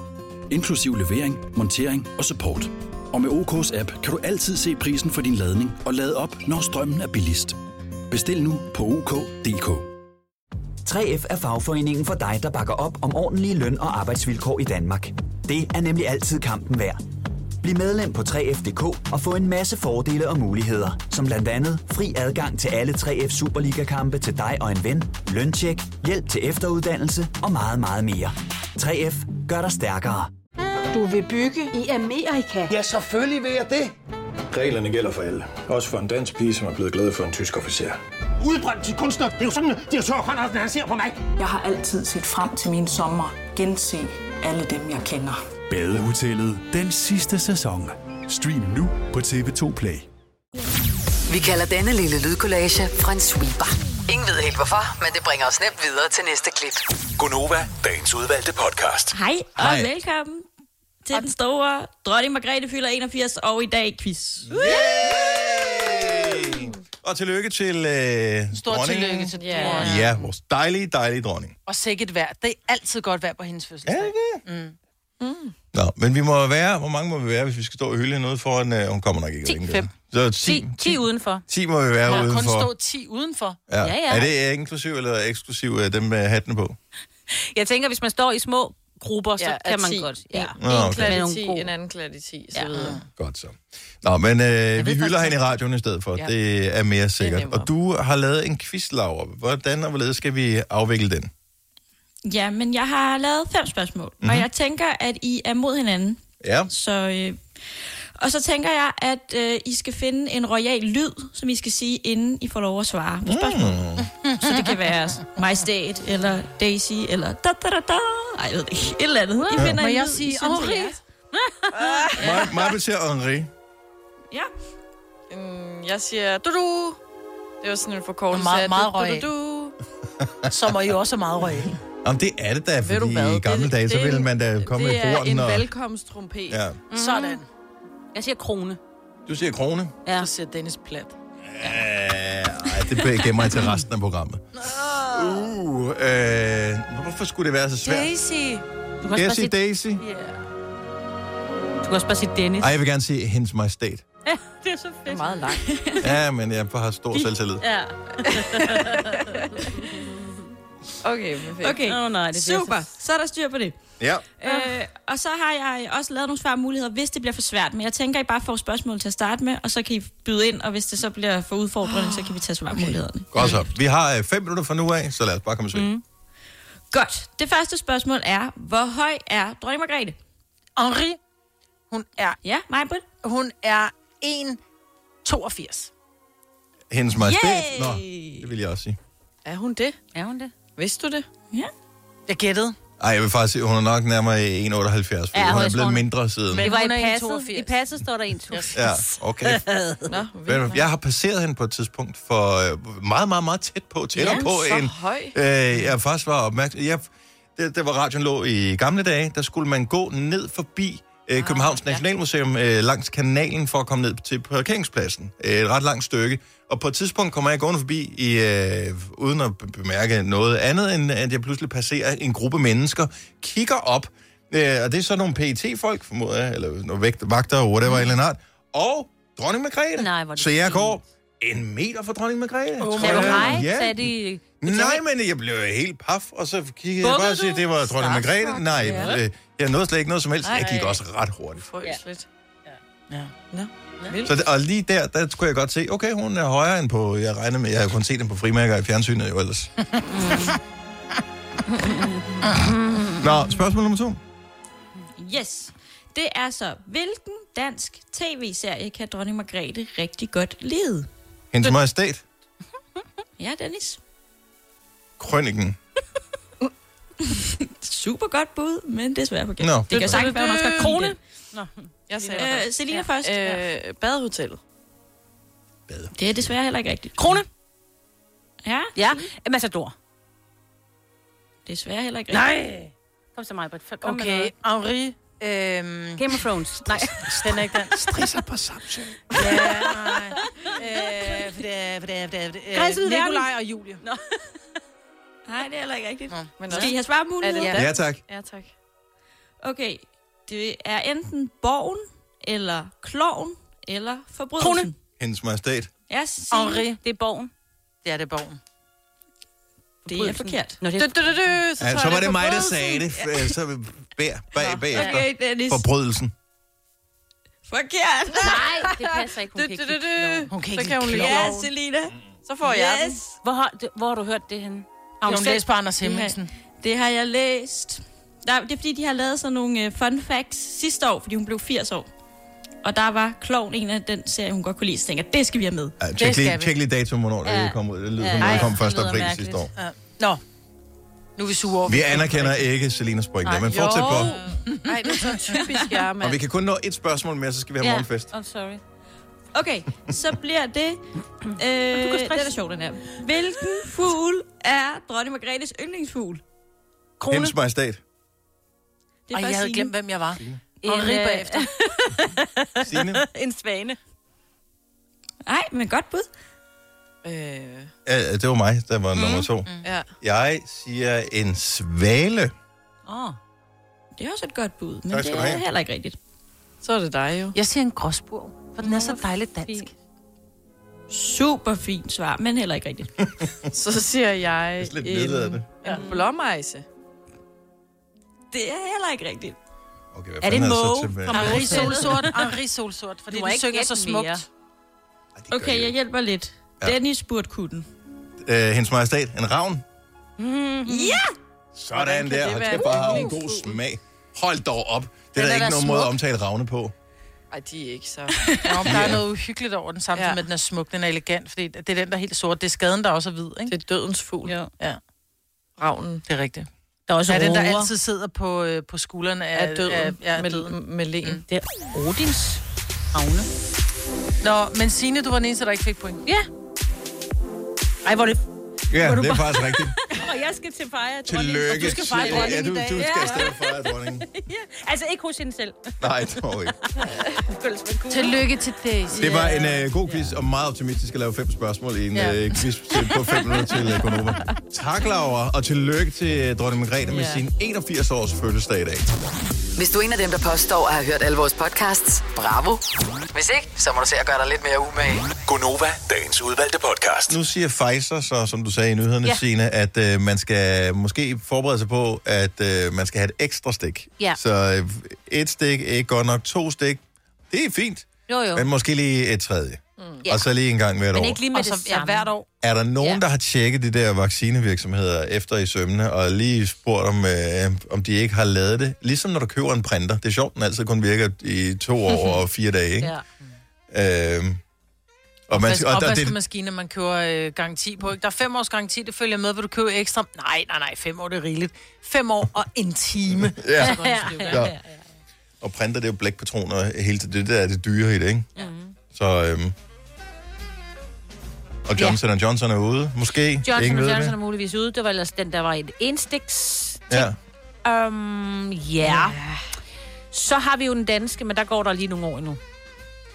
Speaker 7: inklusiv levering, montering og support. Og med OK's app kan du altid se prisen for din ladning og lade op, når strømmen er billigst. Bestil nu på OK.dk.
Speaker 8: 3F er fagforeningen for dig, der bakker op om ordentlige løn- og arbejdsvilkår i Danmark. Det er nemlig altid kampen værd. Bliv medlem på 3F.dk og få en masse fordele og muligheder, som blandt andet fri adgang til alle 3F Superliga-kampe til dig og en ven, løntjek, hjælp til efteruddannelse og meget, meget mere. 3F gør dig stærkere.
Speaker 9: Du vil bygge i Amerika?
Speaker 10: Ja, selvfølgelig vil jeg det.
Speaker 11: Reglerne gælder for alle. Også for en dansk pige, som er blevet glad for en tysk officer.
Speaker 10: <laughs> Udbrændt til kunstner. Det er jo sådan, at de har Conradsen, han ser på mig.
Speaker 9: Jeg har altid set frem til min sommer. Gense alle dem, jeg kender.
Speaker 6: Badehotellet. Den sidste sæson. Stream nu på TV2 Play.
Speaker 2: Vi kalder denne lille lydkollage Frans sweeper. Ingen ved helt hvorfor, men det bringer os nemt videre til næste klip.
Speaker 6: Gonova. Dagens udvalgte podcast.
Speaker 4: Hej, og
Speaker 1: Hej.
Speaker 4: velkommen
Speaker 12: til den store. Dronning Margrethe fylder 81, og i dag quiz.
Speaker 1: Og tillykke til øh,
Speaker 3: Stort
Speaker 1: dronningen.
Speaker 3: tillykke til
Speaker 1: Ja.
Speaker 3: dronningen.
Speaker 1: ja, vores dejlige, dejlige dronning.
Speaker 3: Og sikkert vejr. Det er altid godt vejr på hendes fødselsdag.
Speaker 1: Er det?
Speaker 3: Mm.
Speaker 1: Nå, men vi må være, hvor mange må vi være, hvis vi skal stå og hylde hende ude foran, øh, hun kommer nok ikke.
Speaker 3: 10,
Speaker 1: jeg ved
Speaker 3: fem.
Speaker 1: ikke. Så 10,
Speaker 4: 10 udenfor.
Speaker 1: 10 må vi være
Speaker 3: Der
Speaker 1: ja,
Speaker 3: er kun
Speaker 1: udenfor.
Speaker 3: stå 10 udenfor.
Speaker 1: Ja. Er det øh, inklusiv eller eksklusiv øh, dem med hattene på?
Speaker 4: Jeg tænker, hvis man står i små grupper, så
Speaker 5: Ja,
Speaker 4: kan
Speaker 5: af
Speaker 4: man
Speaker 5: 10.
Speaker 4: godt. Ja.
Speaker 1: Nå, okay.
Speaker 5: En klat
Speaker 1: Med
Speaker 5: i
Speaker 1: nogle
Speaker 5: 10, en anden klat i 10, så videre.
Speaker 1: Godt så. Nå, men øh, vi hylder hende i radioen i stedet for.
Speaker 5: Ja.
Speaker 1: Ja. Det er mere sikkert. og du har lavet en quiz, Laura. Hvordan og hvorledes skal vi afvikle den?
Speaker 12: Ja, men jeg har lavet fem spørgsmål, mm-hmm. og jeg tænker, at I er mod hinanden.
Speaker 1: Ja.
Speaker 12: Så, øh, og så tænker jeg, at øh, I skal finde en royal lyd, som I skal sige, inden I får lov at svare
Speaker 1: Hmm.
Speaker 12: på spørgsmålet. Mm. Så det kan være Majestæt, eller Daisy, eller da da da da. Ej, jeg ved det ikke. Et eller andet. I
Speaker 1: Ja.
Speaker 12: finder
Speaker 3: Må
Speaker 12: en
Speaker 3: jeg
Speaker 12: lyd, I
Speaker 3: sige
Speaker 12: synes, det er.
Speaker 3: Henri?
Speaker 1: Mig- Mig vil til Henri.
Speaker 12: Ja.
Speaker 5: Mm, jeg siger du-du. Det var sådan en forkortelse
Speaker 3: Meget-
Speaker 5: af
Speaker 3: meget
Speaker 5: du-du-du.
Speaker 3: Som er jo også meget royal.
Speaker 1: Jamen, det er det da,
Speaker 5: Ved du
Speaker 1: fordi
Speaker 5: hvad?
Speaker 1: i gamle
Speaker 5: Det-
Speaker 1: dage, så
Speaker 5: det-
Speaker 1: ville man da komme
Speaker 5: det
Speaker 1: i
Speaker 5: er en
Speaker 1: porten. Og...
Speaker 5: velkomsttrompet.
Speaker 1: Ja.
Speaker 5: Mm.
Speaker 3: Sådan.
Speaker 4: Jeg siger krone.
Speaker 1: Du siger krone.
Speaker 4: Ja.
Speaker 3: Så siger Dennis Plat.
Speaker 1: Ja, ej, det gemmer jeg til resten af programmet. Uh, øh, hvorfor skulle det være så svært?
Speaker 3: Daisy.
Speaker 4: Du kan også bare
Speaker 1: Daisy,
Speaker 4: sige,
Speaker 1: Daisy.
Speaker 4: du kan også bare sige Dennis.
Speaker 1: Ej, jeg vil gerne sige hendes
Speaker 4: <laughs>
Speaker 1: majestæt.
Speaker 4: Ja, det er så fedt. Det er meget langt.
Speaker 1: Ja, men jeg har stor selvtillid.
Speaker 4: Ja.
Speaker 5: <laughs> okay, perfekt.
Speaker 12: Okay,
Speaker 4: Åh, nej, det er
Speaker 12: super.
Speaker 4: det,
Speaker 12: Så er der styr på det.
Speaker 1: Ja.
Speaker 12: Øh, og så har jeg også lavet nogle svarmuligheder, hvis det bliver for svært. Men jeg tænker, I bare får spørgsmål til at starte med, og så kan I byde ind, og hvis det så bliver for
Speaker 3: Ah.
Speaker 12: udfordrende, så kan vi tage svarmulighederne.
Speaker 1: Godt så. Vi har øh, fem minutter fra nu af, så lad os bare komme til. Mm.
Speaker 12: Godt. Det første spørgsmål er, hvor høj er dronning Margrethe?
Speaker 3: Henri, hun er...
Speaker 12: Ja, mig,
Speaker 3: Hun er 1,82.
Speaker 1: Hendes majestæt.
Speaker 3: Yay!
Speaker 1: Nå, det vil jeg også sige.
Speaker 5: Er hun det?
Speaker 4: Er hun det?
Speaker 5: Vidste du det?
Speaker 12: Ja.
Speaker 3: Jeg gættede.
Speaker 1: Ej, jeg vil faktisk sige, hun er nok nærmere 1,78, fordi
Speaker 4: Ja,
Speaker 1: ja, hun
Speaker 4: hun
Speaker 1: er
Speaker 4: er
Speaker 1: blevet
Speaker 4: stor.
Speaker 1: mindre siden.
Speaker 4: Det var i
Speaker 3: hun er
Speaker 4: passet.
Speaker 3: 1,82.
Speaker 4: I passet står der 1,82.
Speaker 1: Ja,
Speaker 4: <laughs>
Speaker 1: okay.
Speaker 5: Nå,
Speaker 1: Ved du hvad, Jeg har passeret hende på et tidspunkt for øh, meget, meget, meget tæt på, tættere
Speaker 5: Ja,
Speaker 1: på
Speaker 5: så
Speaker 1: en...
Speaker 5: høj.
Speaker 1: Øh, jeg faktisk var opmærksom... Jeg, det, det var radioen lå i gamle dage, der skulle man gå ned forbi
Speaker 5: Ah,
Speaker 1: øh, Københavns Nationalmuseum øh, langs kanalen for at komme ned til parkeringspladsen. Øh, et ret langt stykke. Og på et tidspunkt kommer jeg gående forbi, i, øh, uden at be- bemærke noget andet, end at jeg pludselig passerer en gruppe mennesker, kigger op, øh, og det er så nogle pet folk formoder jeg, eller nogle vægt- vagter, whatever, mm. eller andet, og dronning Margrethe.
Speaker 4: Nej, hvor er det
Speaker 1: så jeg går en meter fra dronning Margrethe. tror
Speaker 4: Sagde du
Speaker 1: jeg.
Speaker 4: hej?
Speaker 1: Ja.
Speaker 4: Sagde de...
Speaker 1: Nej, men jeg blev helt paf, og så kiggede jeg
Speaker 4: Bukkede
Speaker 1: bare og sagde,
Speaker 4: du?
Speaker 1: det var dronning Margrethe.
Speaker 4: Starstruck,
Speaker 1: Nej,
Speaker 4: ja.
Speaker 1: øh, jeg nåede slet ikke noget som helst. Jeg gik
Speaker 5: Nej.
Speaker 1: også ret hurtigt.
Speaker 5: Frøsligt.
Speaker 3: Ja.
Speaker 5: Nå, vildt.
Speaker 1: Så, det- og lige der, der kunne jeg godt se, okay, hun er højere end på, jeg regner med, jeg har jo kun set den på frimærker i fjernsynet
Speaker 4: <laughs>
Speaker 1: jo ellers. Nå, spørgsmål nummer to.
Speaker 12: Yes. Det er så, hvilken dansk tv-serie kan dronning Margrethe rigtig godt lide?
Speaker 1: Hendes majestæt,
Speaker 12: Ja, Dennis.
Speaker 1: krønningen.
Speaker 12: Super godt bud, men desværre på
Speaker 1: Nå.
Speaker 12: gæld. Det kan sagtens være, hun også godt
Speaker 4: Krone?
Speaker 12: krone.
Speaker 4: Nå.
Speaker 5: Øh, Jeg sagde det
Speaker 12: Øh,
Speaker 5: først.
Speaker 12: Selina først.
Speaker 5: Øh, badehotellet.
Speaker 12: Det er desværre heller ikke rigtigt.
Speaker 4: Krone?
Speaker 12: Ja,
Speaker 4: Ja. Massador.
Speaker 12: desværre heller ikke rigtigt.
Speaker 3: Nej!
Speaker 4: Kom så mig, Britt. Kom med
Speaker 3: Okay,
Speaker 4: noget.
Speaker 3: Henri... Øhm,
Speaker 4: Game of
Speaker 3: <laughs>
Speaker 4: Thrones. Nej.
Speaker 3: den er ikke den.
Speaker 1: Strisser på Samsø.
Speaker 3: Ja, nej. Øh, for det er- for det er- for det er- for det er-
Speaker 4: Grænse ud i verden.
Speaker 3: øh, Nikolaj og Julie.
Speaker 12: Nej, det er heller ikke rigtigt.
Speaker 5: Men
Speaker 12: Skal I have svarmulighed?
Speaker 5: Er det
Speaker 1: Ja, tak.
Speaker 5: Ja, tak.
Speaker 12: Okay, det er enten borgen, eller kloven, eller forbrydelsen.
Speaker 4: Krone.
Speaker 1: Hendes majestæt.
Speaker 12: Ja, sig,
Speaker 3: Henri.
Speaker 4: Det er Borgen.
Speaker 3: Det er det, Borgen.
Speaker 12: det er forkert.
Speaker 4: Nå, det
Speaker 5: Du,
Speaker 4: er...
Speaker 5: du, du, du, så,
Speaker 1: Ja,
Speaker 5: tager
Speaker 1: så
Speaker 5: jeg
Speaker 1: var det mig, der
Speaker 5: forbrydelsen.
Speaker 1: sagde det. Øh, Så bag, bag, bagefter.
Speaker 12: Okay, Dennis.
Speaker 1: Forbrydelsen.
Speaker 5: <laughs>
Speaker 12: Forkert.
Speaker 4: Nej, det passer ikke. Hun
Speaker 5: Du,
Speaker 4: kan ikke
Speaker 5: du, du,
Speaker 4: lide
Speaker 5: du.
Speaker 4: kloven.
Speaker 3: Hun kan
Speaker 5: Så
Speaker 3: ikke
Speaker 5: kan hun
Speaker 3: lide
Speaker 5: lide
Speaker 12: Ja,
Speaker 5: kloven.
Speaker 12: Selina.
Speaker 5: Så får jeg den.
Speaker 12: Yes.
Speaker 4: Hvor har, det- hvor har du hørt det henne?
Speaker 3: Har hun
Speaker 12: Hun
Speaker 3: læst på Anders
Speaker 12: Det
Speaker 3: Hemmingsen?
Speaker 12: har- Det har jeg læst. Nej, det er fordi, de har lavet sådan nogle øh, fun facts sidste år, fordi hun blev 80 år. Og der var Kloven en af den serie, hun godt kunne lide. Så tænker, jeg, det skal vi have med.
Speaker 1: Ja, tjek,
Speaker 3: skal
Speaker 1: lige,
Speaker 3: vi.
Speaker 1: tjek lige datum, hvornår det
Speaker 4: Ja.
Speaker 1: kom ud. Det lyder
Speaker 4: Ja.
Speaker 1: som om det
Speaker 4: Ej,
Speaker 1: kom
Speaker 4: det
Speaker 1: 1.
Speaker 4: lyder
Speaker 1: april
Speaker 4: mærkeligt.
Speaker 1: sidste år.
Speaker 3: Ja. Nå, nu er vi sure over.
Speaker 1: Vi anerkender ikke Selinas point der, men fortsæt på.
Speaker 5: Nej, det er så
Speaker 1: <laughs>
Speaker 5: typisk jer,
Speaker 1: Og vi
Speaker 5: mand.
Speaker 1: kan kun nå et spørgsmål mere, så skal vi have morgenfest.
Speaker 4: I'm sorry.
Speaker 12: Okay, så bliver det... Øh, den
Speaker 4: stress.
Speaker 12: er sjov, den her. Hvilken fugl er dronning Margrethes yndlingsfugl?
Speaker 1: Hendes majestæt.
Speaker 12: Det er
Speaker 3: Ej,
Speaker 12: faktisk
Speaker 3: jeg havde
Speaker 12: Signe.
Speaker 3: glemt, hvem jeg var.
Speaker 4: En,
Speaker 3: Og ribber
Speaker 4: øh,
Speaker 12: <laughs>
Speaker 3: efter.
Speaker 1: Signe?
Speaker 4: en svane.
Speaker 12: Nej, men godt bud.
Speaker 5: Øh,
Speaker 1: Ja, det var mig, der var mm. nummer to.
Speaker 5: ja.
Speaker 1: Jeg siger en svale.
Speaker 4: Åh. Oh.
Speaker 12: Det er også et godt bud, men
Speaker 1: Tak skal
Speaker 12: det
Speaker 1: du
Speaker 12: er
Speaker 1: have.
Speaker 12: heller ikke rigtigt.
Speaker 5: Så er det dig jo.
Speaker 3: Jeg siger en gråsbog, for den er så dejligt dansk.
Speaker 12: Super fint svar, men heller ikke rigtigt.
Speaker 5: <laughs> Så siger jeg...
Speaker 12: Det er lidt
Speaker 1: nedladende.
Speaker 5: en, en blåmejse.
Speaker 12: Det er heller ikke rigtigt.
Speaker 1: Okay,
Speaker 5: Er det en måge?
Speaker 3: Henri Solsort, Henri Solsort, fordi du,
Speaker 12: Du må
Speaker 3: du
Speaker 12: ikke
Speaker 3: synger
Speaker 12: gætte
Speaker 3: så smukt.
Speaker 12: mere.
Speaker 3: Mere.
Speaker 12: Okay, jeg hjælper lidt.
Speaker 1: Ja.
Speaker 12: Dennis burde kunne den.
Speaker 1: Øh, hendes majestæt, en ravn.
Speaker 12: Ja!
Speaker 1: Sådan
Speaker 12: kan
Speaker 1: der.
Speaker 12: det
Speaker 1: Hold
Speaker 12: være
Speaker 1: kæft, hvor har hun
Speaker 12: en
Speaker 1: god smag. Hold dog op. Det
Speaker 3: Den
Speaker 1: er
Speaker 3: er
Speaker 1: der ikke
Speaker 3: da
Speaker 1: nogen måde at
Speaker 3: smuk.
Speaker 1: omtale ravne på.
Speaker 5: Ej, de er ikke så...
Speaker 3: Nå, men der er noget uhyggeligt over den, samtidig ja. med, at den er smuk, den er elegant, fordi det er den, der er helt sort. Det er skaden, der også er hvid, ikke?
Speaker 5: Det er dødens fugl.
Speaker 3: Ja. ja.
Speaker 5: Ravnen.
Speaker 3: Det er rigtigt.
Speaker 4: Der er også
Speaker 3: ja, den, der
Speaker 4: råger.
Speaker 3: altid sidder på, øh, på skuldrene af,
Speaker 4: Af døden.
Speaker 3: Af, ja, af
Speaker 4: Med-
Speaker 3: døden.
Speaker 5: med len. Mm.
Speaker 4: Det er Odins havne.
Speaker 3: Nå, men Signe, du var den eneste, der ikke fik point.
Speaker 4: Ja. Ej, hvor er det...
Speaker 1: Ja,
Speaker 4: hvor
Speaker 1: det er faktisk rigtigt.
Speaker 4: Og jeg skal til fejre dronningen.
Speaker 1: Tillykke.
Speaker 4: Og du skal fejre
Speaker 1: til-
Speaker 4: dronningen
Speaker 1: ja, du,
Speaker 4: i dag.
Speaker 1: du skal afsted og fejre dronningen.
Speaker 4: <laughs> ja. Altså ikke hos hende selv. <laughs>
Speaker 1: Nej, dog ikke.
Speaker 3: Tillykke til Daisy.
Speaker 1: Det var en øh, god quiz, og meget optimistisk at lave fem spørgsmål i en
Speaker 3: Ja.
Speaker 1: øh, quiz til, på fem minutter til øh, Konoba. Tak, Laura, og tillykke til øh, dronning Margrethe med
Speaker 2: Ja.
Speaker 1: sin 81-års fødselsdag i dag.
Speaker 2: Hvis du er en af dem, der påstår at have hørt alle vores podcasts, bravo. Hvis ikke, så må du se at gøre dig lidt mere umage.
Speaker 6: Gonova, dagens udvalgte podcast.
Speaker 1: Altså, Nu siger Pfizer, så, som du sagde i nyhederne, ja.
Speaker 2: Ja.
Speaker 1: Signe, at øh, man skal måske forberede sig på, at øh, man skal have et ekstra stik.
Speaker 4: Ja.
Speaker 1: Så øh, et stik ikke godt nok, to stik, det er fint,
Speaker 4: Jo, jo.
Speaker 1: men måske lige et tredje. Mm.
Speaker 4: Ja.
Speaker 1: Og så lige en gang hvert
Speaker 4: Men
Speaker 1: år.
Speaker 4: ikke lige med
Speaker 3: Og så-
Speaker 4: det
Speaker 3: ja,
Speaker 4: samme.
Speaker 3: hvert år.
Speaker 1: Er der nogen, ja. der har tjekket de der vaccinevirksomheder efter i sømne, og lige spurgt, om, øh, om de ikke har lavet det? Ligesom når du køber en printer. Det er sjovt, den altid kun virker i to <laughs> år og fire dage, ikke? Ja. Øhm, og man,
Speaker 3: Man,
Speaker 1: skal- og, og, det,
Speaker 3: opvaskemaskiner, man køber øh, garanti på. Ikke? Der er fem års garanti, det følger med, hvor du køber ekstra. Nej, nej, nej, fem år, det er rigeligt. Fem år og en time.
Speaker 1: Ja.
Speaker 3: Så går den stiv.
Speaker 1: Ja. og printer, det er jo blækpatroner hele tiden. Det der er det dyre i det, ikke?
Speaker 4: Ja.
Speaker 1: Så, øhm, og Johnson ja. Johnson er ude, måske.
Speaker 4: Johnson
Speaker 1: Ingen ved
Speaker 4: Johnson er
Speaker 1: det.
Speaker 4: muligvis ude. Det var ellers den, der var et enstiks.
Speaker 1: Ja.
Speaker 4: Um, ja. Så har vi jo den danske, men der går der lige nogle år endnu.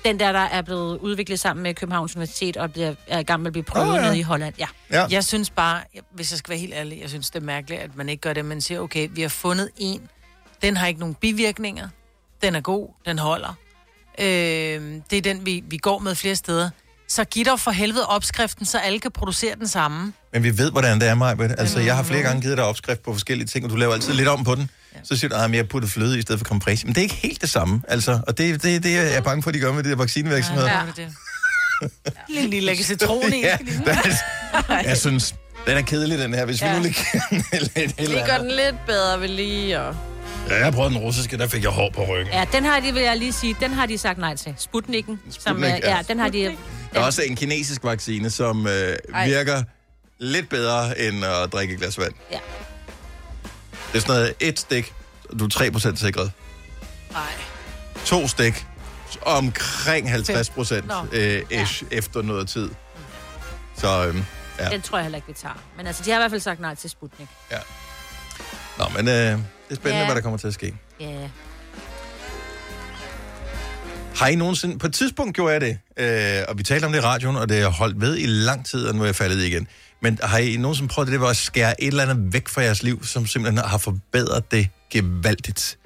Speaker 4: Den der, der er blevet udviklet sammen med Københavns Universitet og bliver, er i gang med at blive prøvet
Speaker 3: Åh,
Speaker 4: oh,
Speaker 3: ja.
Speaker 4: ja. nede i Holland. Ja.
Speaker 1: Ja.
Speaker 3: Jeg synes bare, jeg- hvis jeg skal være helt ærlig, jeg synes, det er mærkeligt, at man ikke gør det. Man siger, okay, vi har fundet en. Den har ikke nogen bivirkninger. Den er god. Den holder. Øh, det er den, vi, vi går med flere steder. Så giv dig for helvede opskriften, så alle kan producere den samme.
Speaker 1: Men vi ved, hvordan det er, Majbet. Altså, jeg har flere gange givet dig opskrift på forskellige ting, og du laver altid lidt om på den. Så siger du, at jeg har puttet fløde i stedet for kompress. Men det er ikke helt det samme, altså. Og det, det, det jeg er bange for, at de gør med det der vaccinevirksomhed.
Speaker 3: Ja, det. Lille, lille lægge citron i.
Speaker 1: <laughs> ja, der er,
Speaker 5: <laughs>
Speaker 1: jeg synes, den er kedelig, den her. Hvis ja. vi nu lige kan <laughs> lidt
Speaker 5: Vi
Speaker 1: eller
Speaker 5: gør
Speaker 1: andet.
Speaker 5: den lidt bedder ved lige, og...
Speaker 1: Ja, jeg prøvede den russiske, der fik jeg hår på ryggen.
Speaker 4: ja, den har de, vil jeg lige sige, den har de sagt nej til. Sputnikken. Som,
Speaker 1: Sputnik,
Speaker 4: ja,
Speaker 1: ja.
Speaker 4: ja, den har de...
Speaker 1: Der er også en kinesisk vaccine, som øh,
Speaker 4: Ej.
Speaker 1: virker lidt bedre end at drikke et glas vand.
Speaker 4: Ja.
Speaker 1: Det er sådan noget, et stik, du er 3% sikret.
Speaker 3: Nej.
Speaker 1: To stik, omkring 50%
Speaker 4: Nå.
Speaker 1: øh, ish, ja. efter noget tid. Så øhm, ja.
Speaker 4: Den tror jeg heller ikke, vi tager. Men altså, de har i hvert fald sagt nej til Sputnik.
Speaker 1: Nå, men øh, det er spændende, ja.
Speaker 4: Ja.
Speaker 1: hvad der kommer til at ske.
Speaker 4: Ja.
Speaker 1: Har I nogensinde... På et tidspunkt gjorde jeg det, øh, og vi talte om det i radioen, og det har holdt ved i lang tid, og nu er jeg faldet i igen. Men har I nogensinde prøvet det, der var at skære et eller andet væk fra jeres liv, som simpelthen har forbedret det gevaldigt?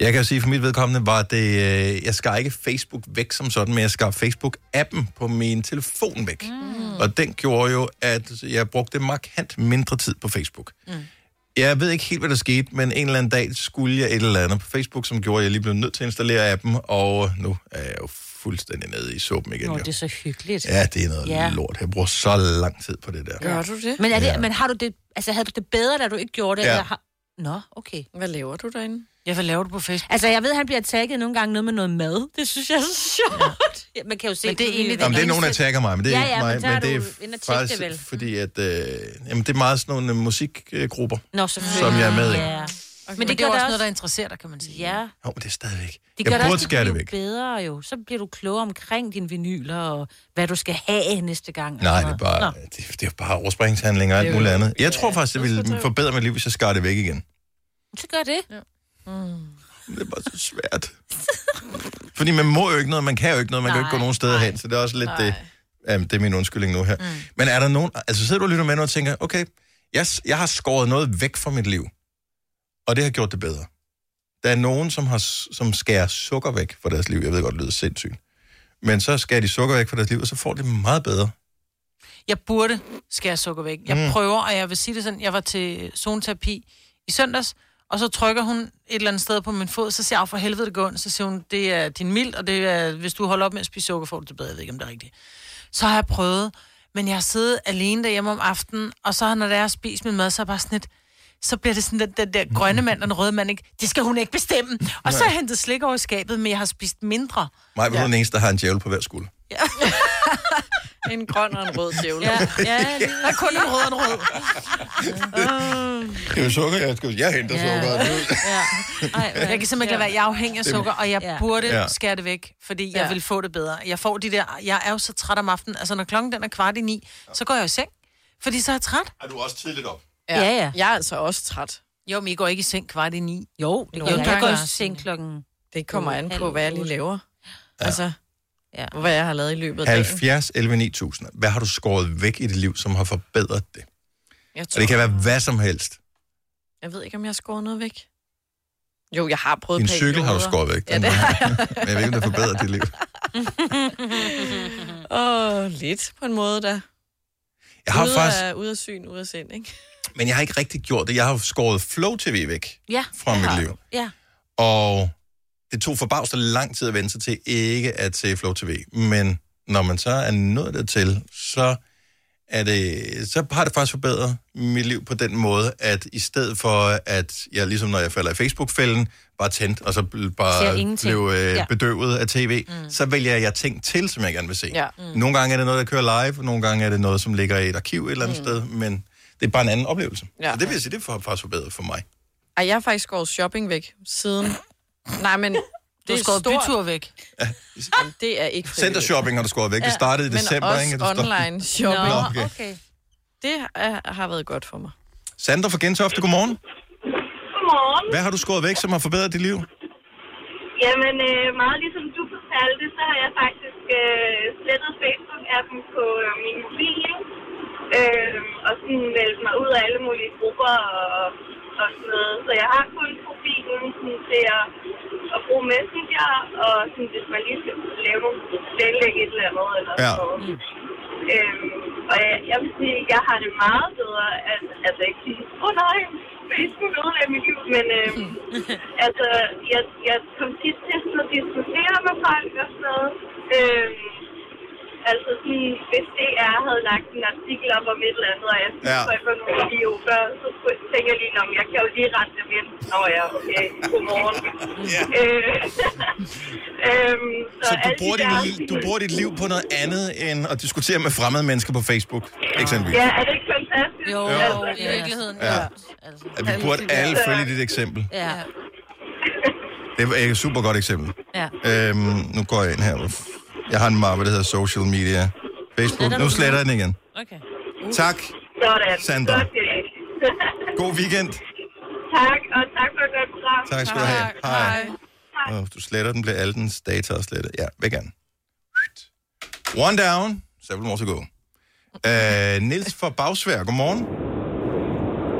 Speaker 1: Jeg kan jo sige, for mit vedkommende var det... Øh, jeg skar ikke Facebook væk som sådan, men jeg skar Facebook-appen på min telefon væk. Mm. Og den gjorde jo, at jeg brugte markant mindre tid på Facebook. Jeg ved ikke helt, hvad der skete, men en eller anden dag skulle jeg et eller andet på Facebook, som gjorde, at jeg lige blev nødt til at installere appen, og nu er jeg jo fuldstændig nede i suppen igen.
Speaker 4: Nå,
Speaker 1: jo.
Speaker 4: det er så hyggeligt.
Speaker 1: Ja, det er noget
Speaker 4: Ja.
Speaker 1: lort. Jeg bruger så lang tid på det der.
Speaker 4: Men, er det,
Speaker 1: Ja.
Speaker 4: men har du det, altså, havde du det bedre, da du ikke gjorde det?
Speaker 1: Ja.
Speaker 4: Ja. Eller har... Nå, okay.
Speaker 5: Hvad laver du derinde?
Speaker 3: Ja, hvad laver du på Facebook?
Speaker 4: Altså, jeg ved, at han bliver tagget nogle gange noget med noget mad. Det synes jeg er så sjovt. Ja. Man kan jo se...
Speaker 3: Men det er
Speaker 4: nu vi
Speaker 3: egentlig
Speaker 4: væk.
Speaker 1: Jamen, det er nogen, der tagger mig, men det er
Speaker 4: Ja,
Speaker 1: ikke
Speaker 4: ja,
Speaker 1: mig.
Speaker 4: men der er
Speaker 1: det
Speaker 4: du inde og tjekke det
Speaker 1: faktisk
Speaker 4: vel.
Speaker 1: fordi, at øh, jamen, det er meget sådan nogle øh, musikgrupper.
Speaker 4: Nå, selvfølgelig.
Speaker 1: Som jeg er med i.
Speaker 4: Ja.
Speaker 3: Okay.
Speaker 4: Men det
Speaker 3: Men det, det
Speaker 4: gør
Speaker 3: er
Speaker 4: der
Speaker 3: også
Speaker 4: også-
Speaker 3: noget, der interesserer dig, kan man sige.
Speaker 4: Ja.
Speaker 1: Jo, men det er stadigvæk.
Speaker 4: Det
Speaker 1: jeg
Speaker 4: gør
Speaker 1: burde
Speaker 4: også,
Speaker 1: skære det
Speaker 4: bliver
Speaker 1: væk.
Speaker 4: bedre jo. Så bliver du klogere omkring dine vinyler, og hvad du skal have næste gang. altså. og
Speaker 1: Nej,
Speaker 4: sådan
Speaker 1: det er
Speaker 4: noget.
Speaker 1: bare, det, det er bare overspringshandlinger og
Speaker 4: Det
Speaker 1: alt
Speaker 4: er jo-
Speaker 1: muligt andet. Jeg tror faktisk, det ville forbedre mit liv, hvis jeg skar det væk igen.
Speaker 4: Nå, så gør det. Ja.
Speaker 1: Det er bare så svært. Fordi man må jo ikke noget, man kan jo ikke noget, man nej, kan jo ikke gå nogen steder nej, hen, så det er også lidt nej. det. Jamen, det er min undskyldning nu her. Mm. Men er der nogen... Altså sidder du og lytter med nu og tænker, okay, jeg, s- jeg har skåret noget væk fra mit liv, og det har gjort det bedre. Der er nogen, som, har, s- som skærer sukker væk fra deres liv. Jeg ved godt, det lyder sindssygt. Men så skærer de sukker væk fra deres liv, og så får de det meget bedre.
Speaker 3: Jeg burde skære sukker væk. Jeg
Speaker 1: Mm.
Speaker 3: mm. prøver, og jeg vil sige det sådan, jeg var til zoneterapi i søndags, og så trykker hun et eller andet sted på min fod, så siger jeg, "Au, for helvede det går ondt. Så siger hun, det er din mild, og det er, hvis du holder op med at spise sukker, får du det bedre. Jeg ved ikke, om det er rigtigt. Så har jeg prøvet, men jeg har siddet alene derhjemme om aftenen, og så når det er, jeg har spist min mad, så er jeg bare sådan lidt, så bliver det sådan, at den der grønne mand og den røde mand, ikke, det skal hun ikke bestemme. Og så har jeg hentet slik over i skabet, men jeg har spist mindre.
Speaker 1: Mig ja. er den eneste, der har en djævel på hver skulder.
Speaker 5: En grøn og en rød djævel.
Speaker 3: Ja, ja, Der er kun en rød og en <laughs> rød. Øh.
Speaker 1: Det er jo sukker, jeg, skal, jeg henter
Speaker 3: Ja.
Speaker 1: <laughs> sukker.
Speaker 3: Ej, jeg kan simpelthen ikke lade være. Jeg er afhængig af
Speaker 1: Det-
Speaker 3: sukker, og jeg
Speaker 1: Ja.
Speaker 3: burde
Speaker 1: Ja.
Speaker 3: ja. skære det væk, fordi jeg
Speaker 5: Ja.
Speaker 3: vil få det bedre. Jeg får de der... Jeg er jo så træt om aftenen. Altså, når klokken den er kvart i ni, så går jeg i seng, fordi så er jeg træt.
Speaker 1: Er du også tidligt op?
Speaker 3: Ja, ja.
Speaker 5: Jeg er altså også træt.
Speaker 3: Jo, men I går ikke i seng kvart i ni.
Speaker 4: Jo,
Speaker 3: det
Speaker 4: det
Speaker 3: gør
Speaker 4: gør
Speaker 3: jeg.
Speaker 4: jeg.
Speaker 3: Jeg
Speaker 4: Jeg
Speaker 3: går
Speaker 4: går
Speaker 3: i
Speaker 4: i seng klokken...
Speaker 5: Det kommer an på, hvad jeg lige laver.
Speaker 1: Ja.
Speaker 5: Altså,
Speaker 4: ja.
Speaker 5: hvad jeg har lavet i løbet af dagen.
Speaker 1: 70, 11, 9000. Hvad har du skåret væk i dit liv, som har forbedret det?
Speaker 5: Jeg,
Speaker 1: Og det kan være hvad som helst.
Speaker 5: jeg ved ikke, om jeg har skåret noget væk. Jo, jeg har prøvet
Speaker 1: Din cykel har du
Speaker 5: perioder.
Speaker 1: skåret væk.
Speaker 5: Ja, det har jeg.
Speaker 1: Men jeg ved ikke, om det har forbedret dit liv.
Speaker 5: <laughs> Åh, lidt på en måde, da.
Speaker 1: Jeg har
Speaker 5: ude
Speaker 1: faktisk-
Speaker 5: Af, ude af syn, ude af sind, ikke?
Speaker 1: Men jeg har ikke rigtig gjort det. Jeg har skåret Flow TV væk
Speaker 5: Ja,
Speaker 1: fra
Speaker 5: det
Speaker 1: mit
Speaker 5: har
Speaker 1: liv.
Speaker 5: du. Ja.
Speaker 1: Og det tog forbavsende lang tid at vente sig til ikke at se Flow TV. Men når man så er nået dertil, så, er det, så har det faktisk forbedret mit liv på den måde, at i stedet for, at jeg ligesom når jeg falder i Facebook-fælden, bare tændt, og så bl-
Speaker 13: Ser
Speaker 1: bare
Speaker 13: ingenting.
Speaker 1: blev øh,
Speaker 13: Ja.
Speaker 1: bedøvet af tv, mm. så vælger jeg ting til, som jeg gerne vil se.
Speaker 13: Ja.
Speaker 1: Mm. Nogle gange er det noget, der kører live, nogle gange er det noget, som ligger i et arkiv et eller andet mm. sted, men det er bare en anden oplevelse. Ja.
Speaker 5: Ja.
Speaker 1: Så det vil jeg sige, det har faktisk forbedret for mig.
Speaker 5: Ej, jeg har faktisk skåret shopping væk siden... Nej, men... Det
Speaker 3: har
Speaker 5: er
Speaker 3: skåret
Speaker 5: stort.
Speaker 3: bytur væk.
Speaker 5: Jamen, det er ikke frivilligt.
Speaker 1: Centershopping har du skåret væk. Det startede i december,
Speaker 5: men også
Speaker 1: ikke? Det står-
Speaker 5: online shopping.
Speaker 1: Nå, okay.
Speaker 5: okay. Det er, har været godt for mig.
Speaker 1: Sandra fra Gentofte, godmorgen.
Speaker 14: Godmorgen.
Speaker 1: Hvad har du skåret væk, som har forbedret dit liv?
Speaker 14: Jamen, øh, meget ligesom du fortalte, så har jeg faktisk øh, slettet Facebook-appen på øh, min mobil, ikke? øh, og sådan meldt mig ud af alle mulige grupper og, og sådan noget. Så jeg har kun profilen sådan, til at, at bruge Messenger, og sådan, hvis man lige skal lave nogle planlægge et eller andet. Eller
Speaker 15: Ja.
Speaker 14: sådan noget. Øhm, og jeg, jeg vil sige, jeg har det meget bedre, at, altså ikke sige, åh oh, nej, Facebook ødelægger mit liv, men øhm, altså, jeg, jeg kom tit til sådan at diskutere med folk og sådan noget. Øhm, altså sådan, hvis DR havde lagt en artikel op om et eller andet, og jeg synes,
Speaker 1: Ja.
Speaker 14: ja. for nogle idioter, så skulle- tænker jeg lige, om jeg kan jo lige rette dem ind. Nå ja, okay, godmorgen. Ja. <laughs> Øh, øhm, så,
Speaker 1: Så du
Speaker 14: alle de
Speaker 1: bruger,
Speaker 14: der-
Speaker 1: dit, li- du bruger dit liv på noget andet end at diskutere med fremmede mennesker på Facebook, eksempelvis.
Speaker 14: Ja, er det ikke fantastisk? Jo,
Speaker 3: jo, i virkeligheden,
Speaker 1: Ja.
Speaker 14: Altså.
Speaker 1: At vi burde alle følge dit eksempel.
Speaker 4: Ja.
Speaker 1: Det er et super godt eksempel.
Speaker 4: Ja.
Speaker 1: Øhm, nu går jeg ind her. Jeg har en mappe, der hedder social media. Facebook. Nu sletter jeg den igen.
Speaker 4: Okay.
Speaker 1: Tak,
Speaker 14: Uh. Sådan.
Speaker 1: Sandra.
Speaker 14: Godt, det er det.
Speaker 1: God weekend.
Speaker 14: tak, og tak for et godt program.
Speaker 1: Tak skal du have. Hej. Og du sletter den, bliver alle dens data også slettet. Ja, væk gerne. One down, several more to go. Uh, Nils fra Bagsvær, godmorgen.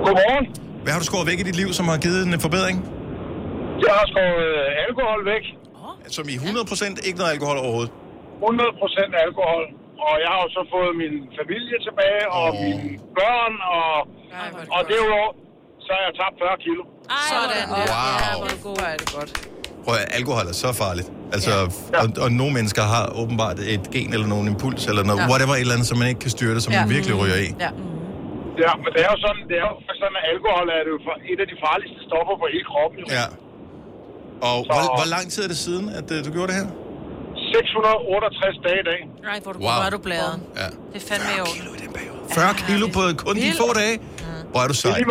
Speaker 16: Godmorgen.
Speaker 1: Hvad har du skåret væk i dit liv, som har givet en øh, forbedring?
Speaker 16: Jeg har skåret øh, alkohol væk.
Speaker 1: Som i 100% ikke noget alkohol overhovedet?
Speaker 16: 100% alkohol. Og jeg har jo så fået min familie tilbage, og oh. mine børn, og, og derudover, så har jeg tabt 40 kilo.
Speaker 5: Sådan.
Speaker 1: Wow. Ja,
Speaker 5: hvor er det godt. Hvor er det godt.
Speaker 1: Prøv at, høre, alkohol er så farligt. Altså, ja. og, og nogle mennesker har åbenbart et gen eller nogen impuls, eller noget, ja.
Speaker 16: Ja.
Speaker 1: whatever et eller andet, som man ikke kan styre det, som ja. man virkelig ryger i.
Speaker 5: Ja.
Speaker 16: Ja, men det er jo sådan, det er jo faktisk sådan at alkohol er det jo for- et af de farligste stoffer på hele kroppen. Jo.
Speaker 1: Ja. Og hvor, hvor lang tid er det siden, at uh, du gjorde det her?
Speaker 16: 668 dage i dag.
Speaker 3: Nej, hvor du
Speaker 1: Wow.
Speaker 3: wow. er du blæret.
Speaker 1: Ja.
Speaker 3: Det er fandme i orden.
Speaker 1: 40 kilo på kun de få dage? Hvor er du sej. Ja,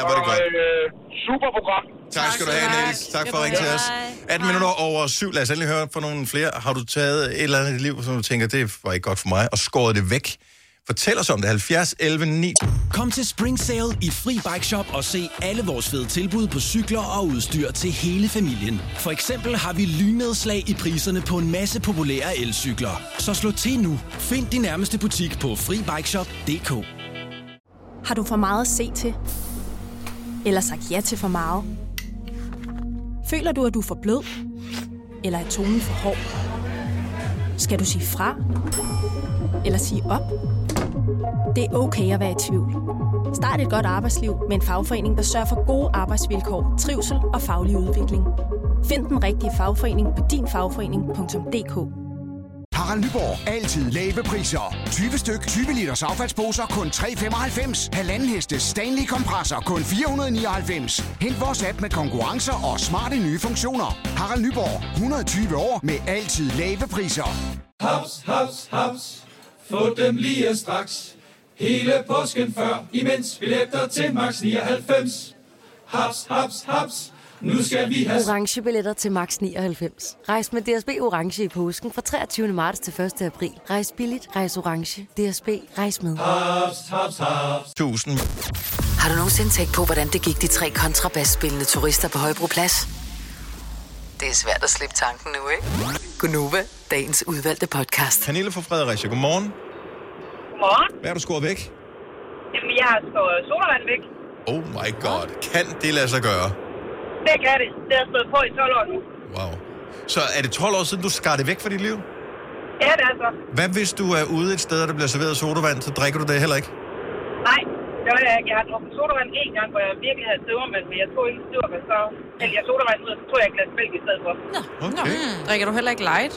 Speaker 1: hvor er det godt.
Speaker 16: Øh, super program.
Speaker 1: Tak skal du have, Niels. Tak for at ringe til os. 18 minutter over syv. Lad os endelig høre fra nogle flere. Har du taget et eller andet i dit liv, som du tænker, det var ikke godt for mig, og skåret det væk? Fortæl os om det. 70 11 9.
Speaker 13: Kom til Spring Sale i Fri Bike Shop og se alle vores fede tilbud på cykler og udstyr til hele familien. For eksempel har vi lynedslag i priserne på en masse populære elcykler. Så slå til nu. Find din nærmeste butik på FriBikeShop.dk
Speaker 15: Har du for meget at se til? Eller sagt ja til for meget? Føler du, at du er for blød? Eller er tonen for hård? Skal du sige fra? Eller sige op? Det er okay at være i tvivl. Start et godt arbejdsliv med en fagforening, der sørger for gode arbejdsvilkår, trivsel og faglig udvikling. Find den rigtige fagforening på dinfagforening.dk
Speaker 17: Harald Nyborg. Altid lave priser. 20 styk, 20 liters affaldsposer kun 3,95. Halvanden heste Stanley kompresser kun 499. Hent vores app med konkurrencer og smarte nye funktioner. Harald Nyborg. 120 år med altid lave priser.
Speaker 18: Haps, haps, haps. Få dem lige straks. Hele påsken før, imens billetter til max 99. Haps, haps, haps. Nu skal vi have...
Speaker 19: orange billetter til max 99. Rejs med DSB orange i påsken fra 23. marts til 1. april. Rejs billigt, rejs orange. DSB rejs med.
Speaker 18: Haps, haps, haps.
Speaker 1: Tusind.
Speaker 2: Har du nogensinde tænkt på, hvordan det gik de tre kontrabasspillende turister på Højbroplads? Det er svært at slippe tanken nu, ikke? Gunova, dagens udvalgte podcast.
Speaker 1: Pernille fra Fredericia, godmorgen.
Speaker 14: Morgen.
Speaker 1: Hvad har du skåret væk?
Speaker 14: Jamen, jeg har skåret sodavand væk.
Speaker 1: Oh my god. Kan det lade sig gøre?
Speaker 14: Det kan det. Det har stået på i 12 år nu.
Speaker 1: Wow. Så er det 12 år siden, du skar det væk fra dit liv?
Speaker 14: Ja, det er så.
Speaker 1: Hvad hvis du er ude et sted, og der bliver serveret sodavand, så drikker du det heller ikke?
Speaker 14: Nej, det var jeg ikke. Jeg har drukket sodavand en gang, hvor jeg virkelig havde støvermand, men jeg tog ikke støvermand, så hældte jeg sodavand ud, og så tog jeg et glas mælk i stedet for. Nå.
Speaker 5: Okay. Mm. Drikker du heller ikke light?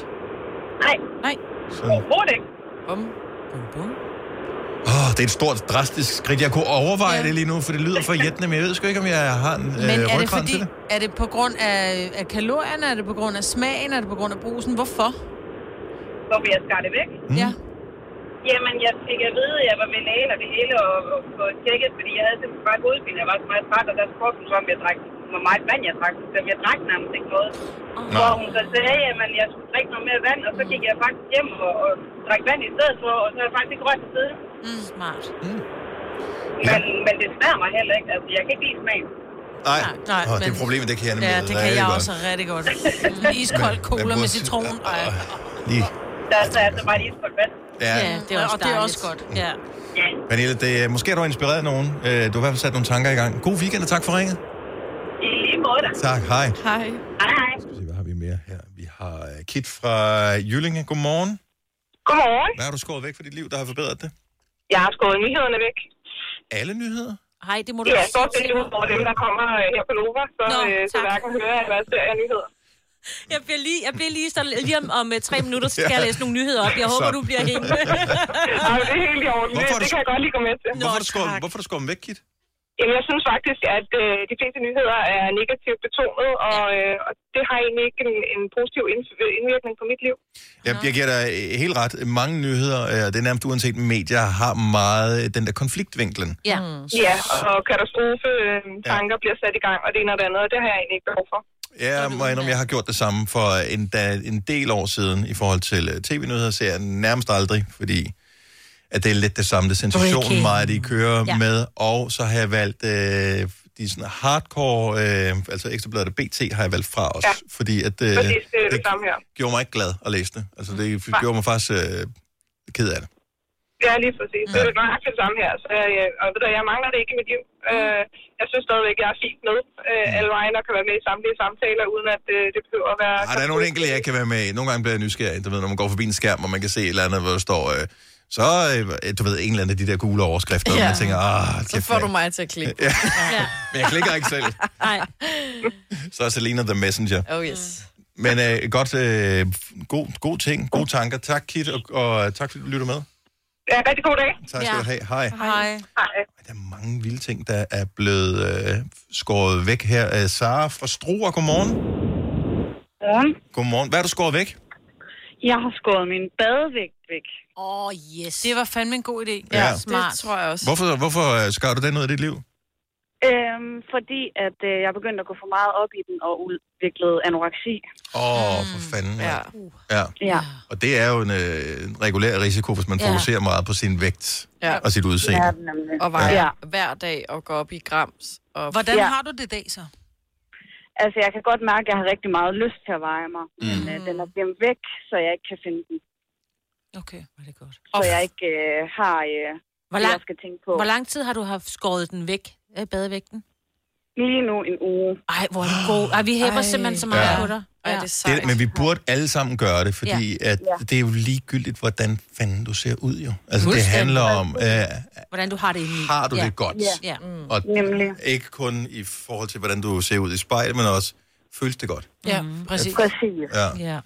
Speaker 14: Nej.
Speaker 5: Nej.
Speaker 14: Overhovedet ikke.
Speaker 5: Bum.
Speaker 1: Åh, oh, det er et stort, drastisk skridt. Jeg kunne overveje ja. det lige nu, for det lyder for jættende, men jeg ved sgu ikke, om jeg har en
Speaker 3: Men
Speaker 1: øh,
Speaker 3: er det
Speaker 1: rygrand
Speaker 3: fordi,
Speaker 1: til det.
Speaker 3: er det på grund af, af kalorierne, er det på grund af smagen, er det på grund af brusen? Hvorfor?
Speaker 14: Hvorfor jeg skar det væk?
Speaker 3: Mm. Ja.
Speaker 14: Jamen, jeg fik at vide, at jeg var ved lægen og det hele, og, og, og tjekket, fordi jeg havde simpelthen bare hovedpine. Jeg var så meget træt, og der spurgte hun så, om jeg drak, hvor meget vand jeg drak. Så jeg drak nærmest ikke noget.
Speaker 1: Nå.
Speaker 14: Hvor hun så sagde, at jeg skulle drikke noget mere vand, og så gik jeg faktisk hjem og, og drak vand i stedet for, og så har jeg faktisk ikke rørt mig siden.
Speaker 3: Mm, smart.
Speaker 1: Mm.
Speaker 14: Men, men det smager mig heller ikke. Altså, jeg kan ikke lide smagen.
Speaker 1: Nej,
Speaker 3: nej,
Speaker 1: Åh, det
Speaker 3: men-
Speaker 1: er problemet, det kan jeg nemlig
Speaker 3: Ja, det kan
Speaker 1: rigtig
Speaker 3: jeg
Speaker 1: godt.
Speaker 3: også rigtig godt. En Iskold cola med citron. Ej.
Speaker 1: Lige.
Speaker 14: Der er så altså bare lige på vand.
Speaker 1: Ja.
Speaker 3: Ja, det er også, og det er også godt. Ja.
Speaker 1: Pernille, det, er- måske har du inspireret nogen. Øh, Du har i hvert fald sat nogle tanker i gang. God weekend, og tak for ringet.
Speaker 14: I lige måde da.
Speaker 1: Tak, hej.
Speaker 14: Hej. Hej.
Speaker 1: Har øh, Kit fra Jyllinge, godmorgen.
Speaker 14: Godmorgen.
Speaker 1: Hvad har du skåret væk fra dit liv, der har forbedret det?
Speaker 14: Jeg har skåret nyhederne væk.
Speaker 1: Alle nyheder?
Speaker 4: Hej, det må du
Speaker 14: Ja,
Speaker 4: ikke
Speaker 14: stort
Speaker 4: sige
Speaker 14: set
Speaker 4: til
Speaker 14: ud over dem, der kommer øh, her på Nova, så,
Speaker 4: Nå,
Speaker 14: øh, så
Speaker 4: tak.
Speaker 14: hverken hører eller ser jeg nyheder.
Speaker 4: mig. Jeg bliver lige, jeg bliver lige, sådan, lige om, om øh, tre minutter,
Speaker 1: <laughs>
Speaker 4: så skal jeg læse nogle nyheder op. Jeg håber,
Speaker 1: Så.
Speaker 4: du bliver
Speaker 1: <laughs>
Speaker 4: hængende.
Speaker 14: Ej, det er helt i orden. Det,
Speaker 1: Hvorfor er
Speaker 14: det
Speaker 1: du-
Speaker 14: kan jeg godt lige gå med til.
Speaker 1: Hvorfor har du skåret, hvorfor har du skåret dem væk, Kit?
Speaker 14: Jamen, jeg synes faktisk, at øh, de fleste nyheder er negativt betonet, og, øh, og det har egentlig ikke en, en positiv indf- indvirkning på mit liv.
Speaker 1: Jeg, jeg giver dig øh, helt ret. Mange nyheder, øh, det er nærmest uanset medier, har meget øh, den der konfliktvinklen.
Speaker 14: Ja.
Speaker 7: Mm.
Speaker 14: Ja, og katastrofe øh, tanker ja. bliver sat i gang, og det ene og det andet, og det har jeg egentlig ikke behov for.
Speaker 1: Jeg må indrømme, jeg har gjort det samme for en, da, en del år siden i forhold til øh, tv-nyheder, ser jeg nærmest aldrig, fordi at det er lidt det samme. Det er sensationen
Speaker 20: Breaking.
Speaker 1: meget, de kører
Speaker 20: Ja.
Speaker 1: ja. med. Og så har jeg valgt øh, de sådan hardcore, øh, altså ekstrabladet BT har jeg valgt fra os, ja. fordi at øh,
Speaker 14: Præcis, det er
Speaker 1: det
Speaker 14: det samme her.
Speaker 1: gjorde mig ikke glad at læse det. Altså det gjorde mig faktisk øh, ked af det.
Speaker 14: Ja, lige præcis. Det er jo nøjagtigt det samme her. Så, øh, og ved du, jeg mangler det ikke i mit liv.
Speaker 3: Mm.
Speaker 14: Øh, jeg synes stadigvæk, jeg er fint med øh,
Speaker 1: Mm.
Speaker 14: alle vegne og kan være med i samtlige samtaler, uden at øh, det behøver at være...
Speaker 1: Ej, der er nogle enkelte, jeg kan være med i. Nogle gange bliver jeg nysgerrig, du ved, når man går forbi en skærm, og man kan se et eller andet, hvor der står... Øh, så, øh, du ved, en eller anden af de der gule overskrifter, ja. og
Speaker 5: Ja.
Speaker 1: man tænker, ah,
Speaker 5: Så får du mig til at klikke.
Speaker 1: Ja. Men jeg klikker ikke selv.
Speaker 4: Nej.
Speaker 1: Så er Selena the messenger.
Speaker 5: Oh yes.
Speaker 1: Men øh, godt, øh, god, god ting, gode tanker. Tak, Kit, og, og øh, tak, fordi du lytter med.
Speaker 14: Ja, rigtig god dag.
Speaker 1: Tak skal Ja. du have. Hej.
Speaker 3: Hej.
Speaker 1: Mange vilde ting, der er blevet øh, skåret væk her. Øh, Sara fra Struer, godmorgen.
Speaker 21: Godmorgen.
Speaker 1: Godmorgen. Hvad er du skåret væk?
Speaker 21: Jeg har skåret min badevægt væk.
Speaker 3: Åh, oh, yes. Det var fandme en god idé.
Speaker 1: Ja.
Speaker 3: smart. Det tror jeg
Speaker 1: Hvorfor, hvorfor øh, skar du den ud af dit liv?
Speaker 21: Øhm, fordi at øh, jeg begyndte at gå for meget op i den og udviklede anoreksi.
Speaker 1: Åh, oh, for fanden. Ja. ja.
Speaker 21: Ja.
Speaker 1: Og det er jo en, øh, en regulær risiko, hvis man
Speaker 21: Ja.
Speaker 1: fokuserer meget på sin vægt
Speaker 5: Ja.
Speaker 1: og sit udseende.
Speaker 5: Og vejer
Speaker 21: Ja.
Speaker 5: ja. hver dag og går op i grams. Og...
Speaker 21: Hvordan Ja. har
Speaker 5: du det dag så?
Speaker 21: Altså, jeg kan godt mærke, at jeg har rigtig meget lyst til at veje mig. Mm. Men øh, den er blevet væk, så jeg ikke kan finde den.
Speaker 4: Okay,
Speaker 21: var det godt. Så jeg ikke øh, har øh,
Speaker 4: Hvor
Speaker 21: hvor
Speaker 4: lang-
Speaker 21: lang... det, jeg skal tænke på.
Speaker 4: Hvor lang tid har du haft skåret den væk af badevægten?
Speaker 21: Lige nu en uge.
Speaker 4: Ej, hvor er du god. Ej, vi hæber simpelthen så meget
Speaker 1: Ja.
Speaker 4: ja. på dig. Ja. Ej, det er
Speaker 1: Det, men vi burde alle sammen gøre det, fordi
Speaker 4: Ja.
Speaker 1: ja. At
Speaker 4: Ja.
Speaker 1: det er jo ligegyldigt, hvordan fanden du ser ud jo. Altså, det
Speaker 4: Fuldstændig.
Speaker 1: handler om, øh,
Speaker 4: Hvordan du har det indeni.
Speaker 1: har du det godt?
Speaker 4: Ja.
Speaker 1: og ikke kun i forhold til, hvordan du ser ud i spejlet, men også, føles det godt?
Speaker 3: Ja, præcis. Præcis.
Speaker 1: Mm. Ja.
Speaker 4: ja.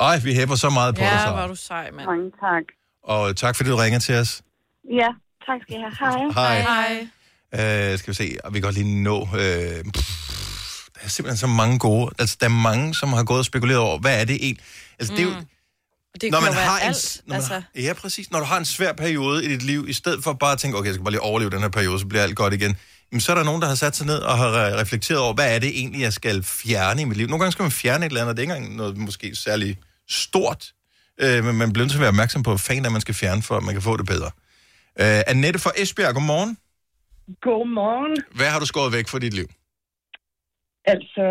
Speaker 1: Ej, vi hæpper så meget på dig,
Speaker 5: Ja, var
Speaker 1: Sara.
Speaker 5: du sej, mand.
Speaker 21: Mange tak.
Speaker 1: Og tak, fordi du ringer til os.
Speaker 21: Ja, tak skal I have. Hej.
Speaker 1: Hej.
Speaker 5: Hej.
Speaker 1: Øh, skal vi se, og vi kan godt lige nå... Øh, pff, der er simpelthen så mange gode... Altså, der er mange, som har gået og spekuleret over, hvad er det egentlig? Altså, mm. det er jo...
Speaker 5: Mm. Og Det
Speaker 1: når
Speaker 5: kan
Speaker 1: man
Speaker 5: jo være
Speaker 1: har en,
Speaker 5: alt.
Speaker 1: når man,
Speaker 5: altså,
Speaker 1: altså... Ja, præcis. Når du har en svær periode i dit liv, i stedet for bare at tænke, okay, jeg skal bare lige overleve den her periode, så bliver alt godt igen. Jamen, så er der nogen, der har sat sig ned og har re- reflekteret over, hvad er det egentlig, jeg skal fjerne i mit liv. Nogle gange skal man fjerne et eller andet, og det er ikke engang noget måske særlig stort. Øh, men man bliver nødt til at være opmærksom på, hvad fanden er, man skal fjerne, for at man kan få det bedre. Øh, Annette fra Esbjerg, godmorgen.
Speaker 20: Godmorgen.
Speaker 1: Hvad har du skåret væk fra dit liv?
Speaker 20: Altså,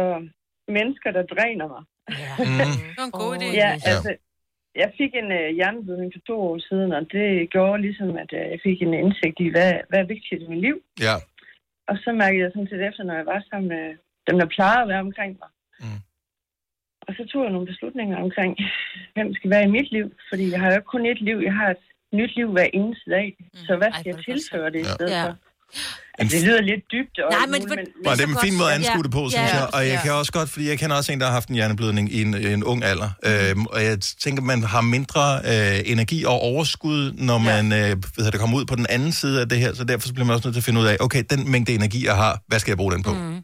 Speaker 20: mennesker, der dræner mig. Ja.
Speaker 1: Mm.
Speaker 3: Det var en god idé.
Speaker 20: ja, altså, jeg fik en øh, hjerneblødning for to år siden, og det gjorde ligesom, at øh, jeg fik en indsigt i, hvad, hvad er vigtigt i mit liv.
Speaker 1: Ja.
Speaker 20: Og så mærkede jeg sådan set efter, når jeg var sammen med dem, der plejede at være omkring mig.
Speaker 1: Mm.
Speaker 20: Og så tog jeg nogle beslutninger omkring, <laughs> hvem skal være i mit liv. Fordi jeg har jo ikke kun et liv, jeg har et nyt liv hver eneste dag. Så hvad skal jeg tilføre det i stedet
Speaker 4: Ja.
Speaker 20: for? Altså, det lyder lidt dybt. Og
Speaker 4: Nej,
Speaker 20: alt
Speaker 4: men
Speaker 20: muligt,
Speaker 4: for-
Speaker 1: Nå, det er en fin måde at anskue det på, synes jeg. Og jeg kan også godt, fordi jeg kender også en, der har haft en hjerneblødning i en, i en ung alder.
Speaker 20: Mhm.
Speaker 1: Øhm, og jeg tænker, man har mindre øh, energi og overskud, når man øh, hvad hedder det, kommer ud på den anden side af det her. Så derfor så bliver man også nødt til at finde ud af, okay, den mængde energi, jeg har, hvad skal jeg bruge den på? Mm.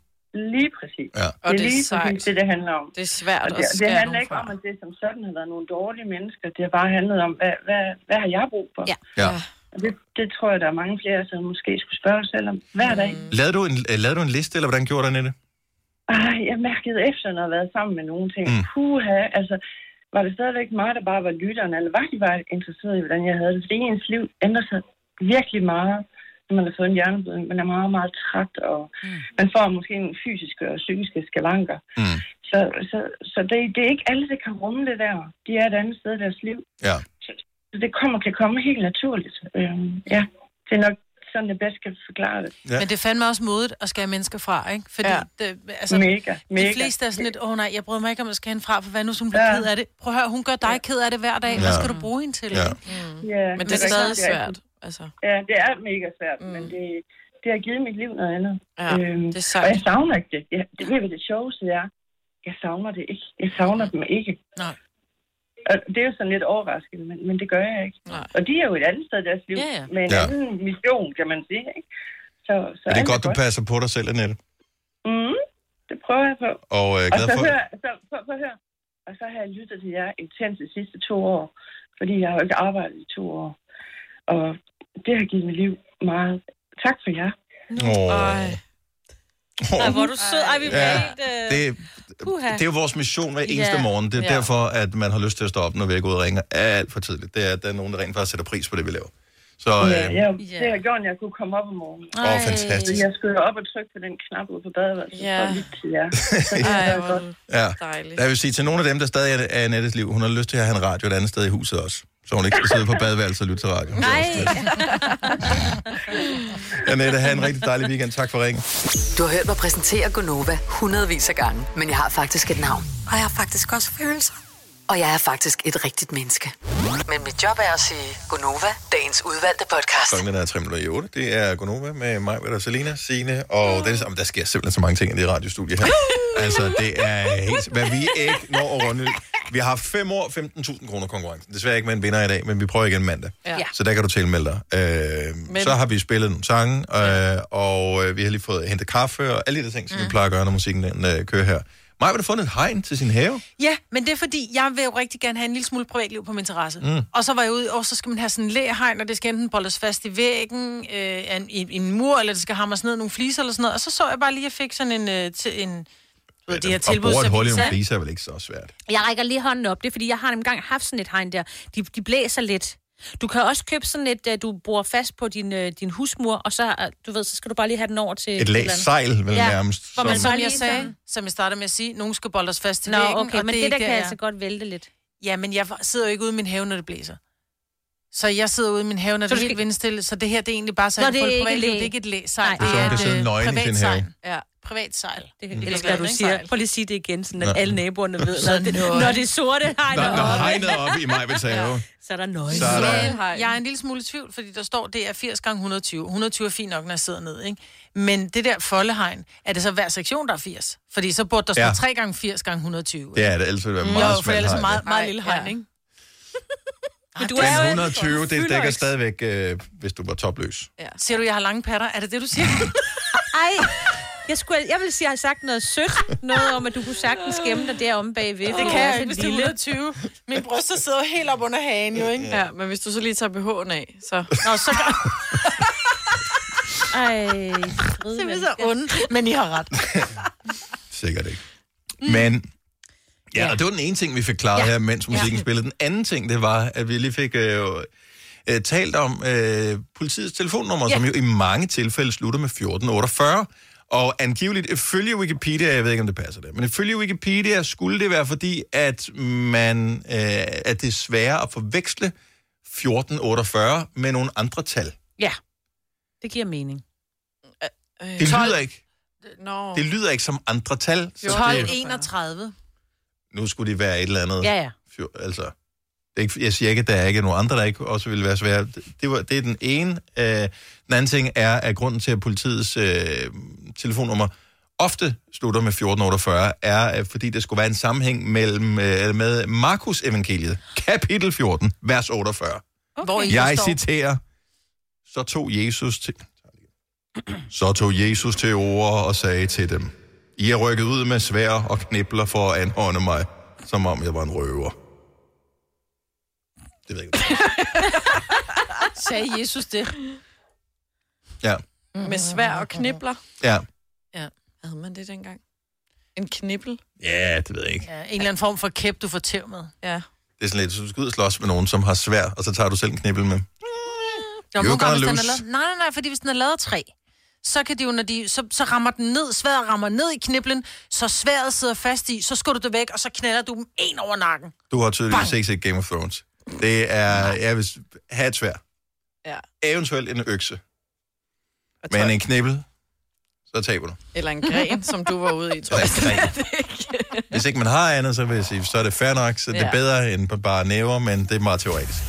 Speaker 20: Lige præcis.
Speaker 1: Ja.
Speaker 20: Og det er lige præcis det, det handler om.
Speaker 5: Det er svært
Speaker 20: Og det,
Speaker 5: at
Speaker 20: det
Speaker 5: skære
Speaker 20: handler
Speaker 5: nogen
Speaker 20: ikke om, at det som sådan har været nogle dårlige mennesker. Det har bare handlet om, hvad, hvad, hvad har jeg brug for? Ja.
Speaker 1: Ja.
Speaker 20: Og det, det tror jeg, der er mange flere, som måske skulle spørge sig selv om hver dag.
Speaker 1: Lavede, du en, øh, lavede du en liste, eller hvordan gjorde du det,
Speaker 20: Ah, jeg mærkede efter, når jeg har været sammen med nogen ting. Mm. Puha, altså, var det stadigvæk mig, der bare var lytteren, eller var de bare interesseret i, hvordan jeg havde det? Fordi ens liv ændrer sig virkelig meget, når man har fået en hjerneblødning. Man er meget, meget træt, og mm. man får måske en fysiske og psykiske skavanker.
Speaker 1: Mm.
Speaker 20: Så, så, så det, det er ikke alle, der kan rumme det der. De er et andet sted i deres liv.
Speaker 1: Ja.
Speaker 20: Så det kommer, kan komme helt naturligt. Øhm, ja, det er nok sådan, det bedst kan forklare det.
Speaker 3: Ja. Men det fandme også modigt at skære mennesker fra, ikke? Fordi ja.
Speaker 20: Ja.
Speaker 3: det, altså,
Speaker 20: Mega,
Speaker 3: de
Speaker 20: mega.
Speaker 3: fleste er sådan lidt, åh oh, nej, jeg bryder mig ikke om at skære hende fra, for hvad nu, hvis hun bliver ja. ked af det? Prøv at høre, hun gør dig ked af det hver dag. Ja. Hvad
Speaker 20: Ja.
Speaker 3: skal du bruge hende til?
Speaker 20: Ja.
Speaker 3: ikke?
Speaker 20: Ja,
Speaker 3: Mm. Men det er
Speaker 20: rigtigt,
Speaker 3: stadig
Speaker 20: rigtigt.
Speaker 3: svært, altså.
Speaker 20: Ja, det er mega svært, mm. men det, det har givet mit liv noget andet. Øhm,
Speaker 5: Ja, det er sejt.
Speaker 20: Og jeg savner ikke det. Jeg, det ved du, det sjoveste er, jeg savner det ikke. Jeg savner dem ikke.
Speaker 3: Nej.
Speaker 20: Og det er jo sådan lidt overraskende, men, men det gør jeg ikke.
Speaker 5: Nej.
Speaker 20: Og de er jo et andet sted i deres liv,
Speaker 1: Ja, ja.
Speaker 20: med en
Speaker 1: Ja.
Speaker 20: ja. anden mission, kan man sige. Ikke? Så, så
Speaker 1: Men det er
Speaker 20: alt
Speaker 1: godt, du passer på dig selv, Annette.
Speaker 20: Mm, det prøver jeg på.
Speaker 1: Og øh,
Speaker 20: Og
Speaker 1: glad
Speaker 20: så
Speaker 1: for
Speaker 20: hør, så, så, så hør. Og så har jeg lyttet til jer intens de sidste to år, fordi jeg har jo ikke arbejdet i to år. Og det har givet mit liv meget. Tak for jer.
Speaker 1: Åh.
Speaker 4: Ej, hvor er du sød. Ej, vi bliver
Speaker 1: Ja.
Speaker 4: helt... Øh...
Speaker 1: Det,
Speaker 4: Puha.
Speaker 1: det er jo vores mission hver eneste
Speaker 4: Ja.
Speaker 1: morgen. Det er
Speaker 4: Ja.
Speaker 1: derfor, at man har lyst til at stå op, når vi er gået og ringer alt for tidligt. Det er, at der er nogen, der rent faktisk sætter pris på det, vi laver. Så øh,
Speaker 20: Ja, jeg, det har gjort, at jeg kunne komme op om morgenen.
Speaker 1: Åh, Ej. fantastisk.
Speaker 20: Så jeg skulle op og trykke på den knap ude på badeværelset
Speaker 5: Ja.
Speaker 20: ja. for at lytte
Speaker 1: <laughs>
Speaker 20: til jer. Så det har været godt.
Speaker 1: ja.
Speaker 5: Dejligt.
Speaker 1: Der vil sige til nogle af dem, der stadig er- er i Annettes liv, hun har lyst til at have en radio et andet sted i huset også. Så hun ikke skal sidde på badeværelset og lytte til radio. øhm,
Speaker 2: Nej.
Speaker 1: Annette, have en rigtig dejlig weekend. Tak for ringen.
Speaker 2: <laughs> Du har hørt mig præsentere Gonova hundredvis af gange, men jeg har faktisk et navn.
Speaker 19: Og jeg har faktisk også følelser.
Speaker 2: Og jeg er faktisk et rigtigt menneske. Men mit job er at sige Gonova, dagens udvalgte podcast.
Speaker 1: Klokken er 3 minutter i 8. Det er Gonova med mig, Britta, Selina, Signe og Dennis. Jamen, der sker simpelthen så mange ting i det radiostudie her. altså, det er helt... Hvad vi ikke når at runde... Vi har haft 5 år 15.000 kroner konkurrencen. Desværre ikke med en vinder i dag, men vi prøver igen mandag.
Speaker 5: Ja.
Speaker 1: Så der kan du tilmelde dig. Øh,
Speaker 5: Men-
Speaker 1: Så har vi spillet nogle sange, øh, og øh, vi har lige fået hentet kaffe og alle de der ting, som vi plejer at gøre, når musikken den, øh, kører her. Maja har fundet et hegn til sin have.
Speaker 3: Ja, men det er fordi, jeg vil jo rigtig gerne have en lille smule privatliv på min terrasse.
Speaker 1: Mm.
Speaker 3: Mm. Og så var jeg ude, og så skal man have sådan en læhegn, og det skal enten boldes fast i væggen, øh, en, i, i en mur, eller det skal hamres ned i nogle fliser eller sådan noget. Og så så jeg bare lige, at jeg fik sådan en... Øh, til, en ja, det her
Speaker 1: Og
Speaker 3: tilbud,
Speaker 1: bore et
Speaker 3: som
Speaker 1: hul i
Speaker 3: vi
Speaker 1: nogle
Speaker 3: satte.
Speaker 1: fliser er vel ikke så svært.
Speaker 4: Jeg rækker lige hånden op, det er fordi, jeg har nemlig engang haft sådan et hegn der. De, de blæser lidt. Du kan også købe sådan et, øh, du bruger fast på din, øh, din husmur, og så, øh, du ved, så skal du bare lige have den over til...
Speaker 1: Et lag
Speaker 4: eller andet.
Speaker 1: sejl, vel nærmest,
Speaker 3: Hvor man,
Speaker 1: som-
Speaker 3: som,
Speaker 1: Bare lige
Speaker 3: jeg
Speaker 4: sådan.
Speaker 3: sagde, som jeg startede med at sige, nogen skal bolde os fast til
Speaker 4: Nå,
Speaker 3: væggen,
Speaker 4: okay,
Speaker 3: og
Speaker 4: men
Speaker 3: er
Speaker 4: det der
Speaker 3: ikke
Speaker 4: kan
Speaker 3: jeg
Speaker 4: altså godt vælte lidt.
Speaker 3: Ja, men jeg sidder jo ikke ude i min have, når det blæser. Så jeg sidder ude i min have, når
Speaker 4: Så
Speaker 3: det
Speaker 4: du
Speaker 3: er helt vindstille, så det her, det er egentlig bare så,
Speaker 4: Nå,
Speaker 3: jeg
Speaker 4: det
Speaker 3: kan
Speaker 4: er
Speaker 3: få Altså, et
Speaker 4: ikke læ.
Speaker 3: privatliv. Det er ikke et læ sejl.
Speaker 4: Nej.
Speaker 1: Det er sådan, du kan sidde nøgen i
Speaker 3: privat
Speaker 1: din
Speaker 3: sejl.
Speaker 1: have.
Speaker 3: Ja, privat sejl. Det,
Speaker 4: Jeg elsker, at du siger, prøv lige at sige det igen, sådan at
Speaker 1: Nå.
Speaker 4: alle naboerne ved,
Speaker 3: Så
Speaker 4: når det,
Speaker 3: nøje.
Speaker 4: når det er sorte hegn
Speaker 1: Når,
Speaker 4: er
Speaker 1: når
Speaker 4: oppe.
Speaker 1: hegnet er oppe i mig vil have.
Speaker 4: Så er der nøje.
Speaker 1: Så er der-
Speaker 3: Jeg er en lille smule i tvivl, fordi der står, det er 80 gange 120. 120 er fint nok, når jeg sidder ned, ikke? Men det der foldehegn, er det så hver sektion, der er 80? Fordi så burde der stå
Speaker 1: Ja.
Speaker 3: 3 gange 80 gange 120.
Speaker 1: Det er det, ellers ville det være
Speaker 3: Mm.
Speaker 1: meget
Speaker 3: Jo, for
Speaker 1: svært
Speaker 3: ellers er
Speaker 1: hegn,
Speaker 3: meget,
Speaker 1: ikke?
Speaker 3: meget lille hegn, ikke? <laughs> Men
Speaker 1: Du er 120, det dækker stadigvæk, øh, hvis du var topløs.
Speaker 3: Ja. Ser du, jeg har lange patter? Er det det, du siger?
Speaker 4: <laughs> Ej, jeg, skulle, jeg ville sige, at jeg har sagt noget sødt. Noget om, at du kunne sagtens gemme dig deromme bagved.
Speaker 3: Det
Speaker 4: for du
Speaker 3: kan
Speaker 4: er
Speaker 3: jeg
Speaker 4: så
Speaker 3: ikke, hvis det er
Speaker 4: lille.
Speaker 3: 120. Min bryster sidder helt op under hagen, jo, ikke?
Speaker 5: Ja, men hvis du så lige tager BH'en af, så...
Speaker 3: Nå, så gør...
Speaker 4: Ej,
Speaker 3: så er vi så onde. Men I har ret.
Speaker 1: <laughs> Sikkert ikke. Men, ja, og det var den ene ting, vi fik klaret
Speaker 3: Ja.
Speaker 1: her, mens musikken
Speaker 3: Ja.
Speaker 1: spillede. Den anden ting, det var, at vi lige fik øh, øh, talt om øh, politiets telefonnummer,
Speaker 6: Ja.
Speaker 1: som jo i mange tilfælde slutter med 1448. Og angiveligt, ifølge Wikipedia, jeg ved ikke, om det passer det, men ifølge Wikipedia skulle det være fordi, at, man, øh, at det er sværere at forveksle 1448 med nogle andre tal.
Speaker 4: Ja, det giver mening.
Speaker 1: Det lyder ikke,
Speaker 3: Øh, Nå.
Speaker 1: det lyder ikke som andre tal. så det-
Speaker 3: 12, 31.
Speaker 1: nu skulle de være et eller andet.
Speaker 3: Ja, ja.
Speaker 1: Fjor, altså, det er ikke, jeg siger ikke, at der er ikke nogen andre, der ikke også ville være svære. Det, det, var, det er den ene. Øh, den anden ting er, at grunden til, at politiets øh, telefonnummer ofte slutter med 1448, er, øh, fordi der skulle være en sammenhæng mellem, øh, eller med Markus evangeliet, kapitel 14, vers 48.
Speaker 3: Okay. Hvor I
Speaker 1: Jeg
Speaker 3: forstår.
Speaker 1: citerer, så tog Jesus til... <clears throat> Så tog Jesus til ord og sagde til dem, I er rykket ud med svær og knibler for at anhånde mig, som om jeg var en røver.
Speaker 3: Sagde Jesus det?
Speaker 1: Ja,
Speaker 5: Med svær og knibler.
Speaker 1: ja.
Speaker 3: Ja.
Speaker 5: Havde man det dengang? En knibbel?
Speaker 1: Ja, det ved jeg ikke.
Speaker 3: Ja, en eller anden form for kæp, du får tæv med.
Speaker 5: Ja.
Speaker 1: Det er sådan lidt, så du skal ud og slås med nogen, som har svær, og så tager du selv en knibbel med.
Speaker 3: Nå,
Speaker 1: You're
Speaker 3: nogle gange,
Speaker 1: gonna
Speaker 3: hvis den er
Speaker 1: lose.
Speaker 3: lavet, nej, nej, nej, fordi hvis den er lavet af træ, så kan det jo, når de, så, så rammer den ned, sværet rammer ned i kniblen, så sværet sidder fast i, så skubber du det væk, og så knalder du dem en over nakken.
Speaker 1: Du har tydeligvis ikke set Game of Thrones. Det er, jeg vil s- have et svær.
Speaker 5: Ja.
Speaker 1: Eventuelt en økse. Men en knibbel, så taber du.
Speaker 5: Eller en gren, som du var ude i, tror
Speaker 1: <laughs>
Speaker 5: jeg.
Speaker 1: Hvis ikke man har andet, så vil jeg sige, så er det fair nok, så det er
Speaker 5: Ja.
Speaker 1: bedre end på bare næver, men det er meget teoretisk.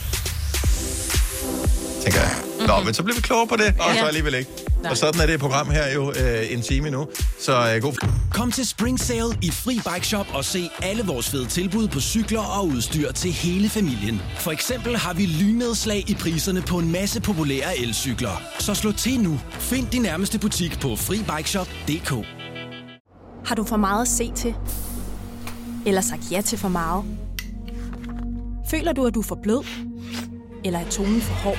Speaker 1: Tænker jeg. Nå, men så bliver vi klogere på det, og
Speaker 13: Ja.
Speaker 1: så alligevel ikke. Og sådan er det program her jo øh, en time nu. Så øh, god...
Speaker 13: Kom til Spring Sale i Free Bike Shop og se alle vores fede tilbud på cykler og udstyr til hele familien. For eksempel har vi lynedslag i priserne på en masse populære elcykler. Så slå til nu. Find din nærmeste butik på FriBikeShop.dk
Speaker 15: Har du for meget at se til? Eller sagt ja til for meget? Føler du, at du er for blød? Eller er tonen for hård?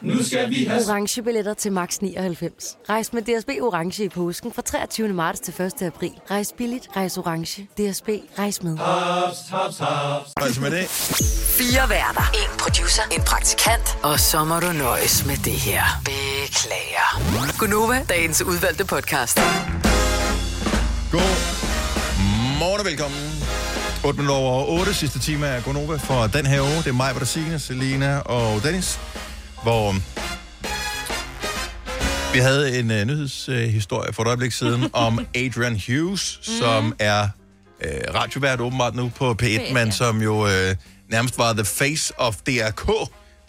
Speaker 18: Nu skal vi have
Speaker 19: Orange billetter til max 99. Rejs med DSB Orange i påsken fra 23. marts til 1. april. Rejs billigt, rejs orange. DSB, rejs med.
Speaker 18: haps, haps, haps.
Speaker 1: Altså med det.
Speaker 2: Fire værter. En producer. En praktikant. Og så må du nøjes med det her. Beklager. Gunova, dagens udvalgte podcast.
Speaker 1: God morgen og velkommen 8 minutter over 8, sidste time er Gonova for den her uge. Det er mig, Bertasine, Selina og Dennis, hvor um, vi havde en uh, nyhedshistorie uh, for et øjeblik siden om Adrian Hughes, mm. som er uh, radiovært åbenbart nu på P1,
Speaker 7: P1,
Speaker 1: men
Speaker 7: ja.
Speaker 1: som jo uh, nærmest var the face of DRK,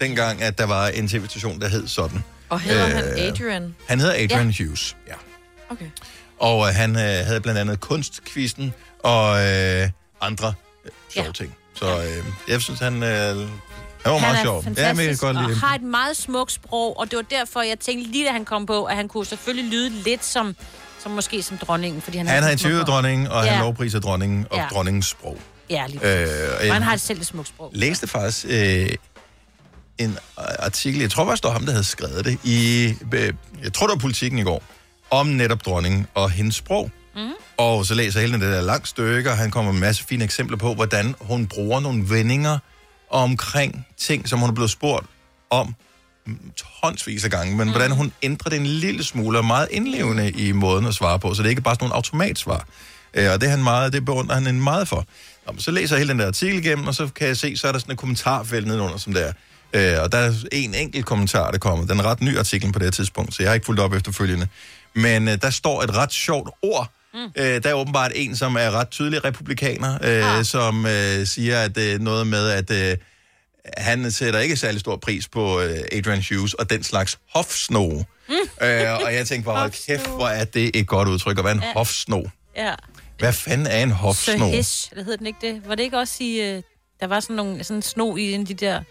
Speaker 1: dengang at der var en tv-station, der hed sådan.
Speaker 5: Og hedder
Speaker 1: Øh,
Speaker 5: han Adrian?
Speaker 1: Han hedder Adrian
Speaker 5: Ja.
Speaker 1: ja. Hughes, ja.
Speaker 5: Okay.
Speaker 1: Og øh, han øh, havde blandt andet kunstkvisten og øh, andre øh,
Speaker 4: Ja.
Speaker 1: sjove ja. ting. Så øh, jeg synes, han, øh, han var
Speaker 4: han
Speaker 1: meget
Speaker 4: er
Speaker 1: sjov.
Speaker 4: fantastisk,
Speaker 1: men jeg kan
Speaker 4: og
Speaker 1: godt lide ham.
Speaker 4: har et meget smukt sprog, og det var derfor, jeg tænkte lige da han kom på, at han kunne selvfølgelig lyde lidt som, som måske som dronningen, fordi han,
Speaker 1: Han
Speaker 4: er så
Speaker 1: har
Speaker 4: smuk
Speaker 1: interviewet
Speaker 4: og-
Speaker 1: dronningen, og
Speaker 4: ja.
Speaker 1: han lovpriser dronningen og
Speaker 4: Ja.
Speaker 1: dronningens sprog.
Speaker 4: Ja, lige
Speaker 1: Øh,
Speaker 4: øh,
Speaker 1: og
Speaker 4: og, og han
Speaker 1: jeg-
Speaker 4: har et selv et smukt sprog.
Speaker 1: Læste faktisk øh, en øh, artikel, jeg tror faktisk, det var ham, der havde skrevet det, i, øh, jeg tror, det var politikken i går, om netop dronningen og hendes sprog.
Speaker 7: Mm.
Speaker 1: Og så læser Helen det der langt stykke, og han kommer med en masse fine eksempler på, hvordan hun bruger nogle vendinger omkring ting, som hun er blevet spurgt om mm, tonsvis af gange, men mm. hvordan hun ændrer det en lille smule og er meget indlevende i måden at svare på, så det er ikke bare sådan nogle automatsvar. Øh, Og det, er han meget, det beundrer han en meget for. Nå, men så læser jeg hele den der artikel igennem, og så kan jeg se, så er der sådan et kommentarfelt nedenunder, som der. Øh, og der er en enkelt kommentar, der kommer. Den er ret ny artikel på det her tidspunkt, så jeg har ikke fulgt op efterfølgende. Men øh, der står et ret sjovt ord. Mm. Øh, der er åbenbart en, som er ret tydelig republikaner, øh, ah. som øh, siger at øh, noget med, at øh, han sætter ikke særlig stor pris på øh, Adrian Hughes og den slags hofsno. Mm. Øh, og jeg tænkte bare, hold kæft, hvor er det et godt udtryk at være en
Speaker 4: Ja.
Speaker 1: hofsno.
Speaker 4: Ja.
Speaker 1: Hvad fanden er en hofsno?
Speaker 4: Sir Hish, eller hed den ikke det? Var det ikke også i... Øh, der var sådan nogle sådan en sno i en af de der...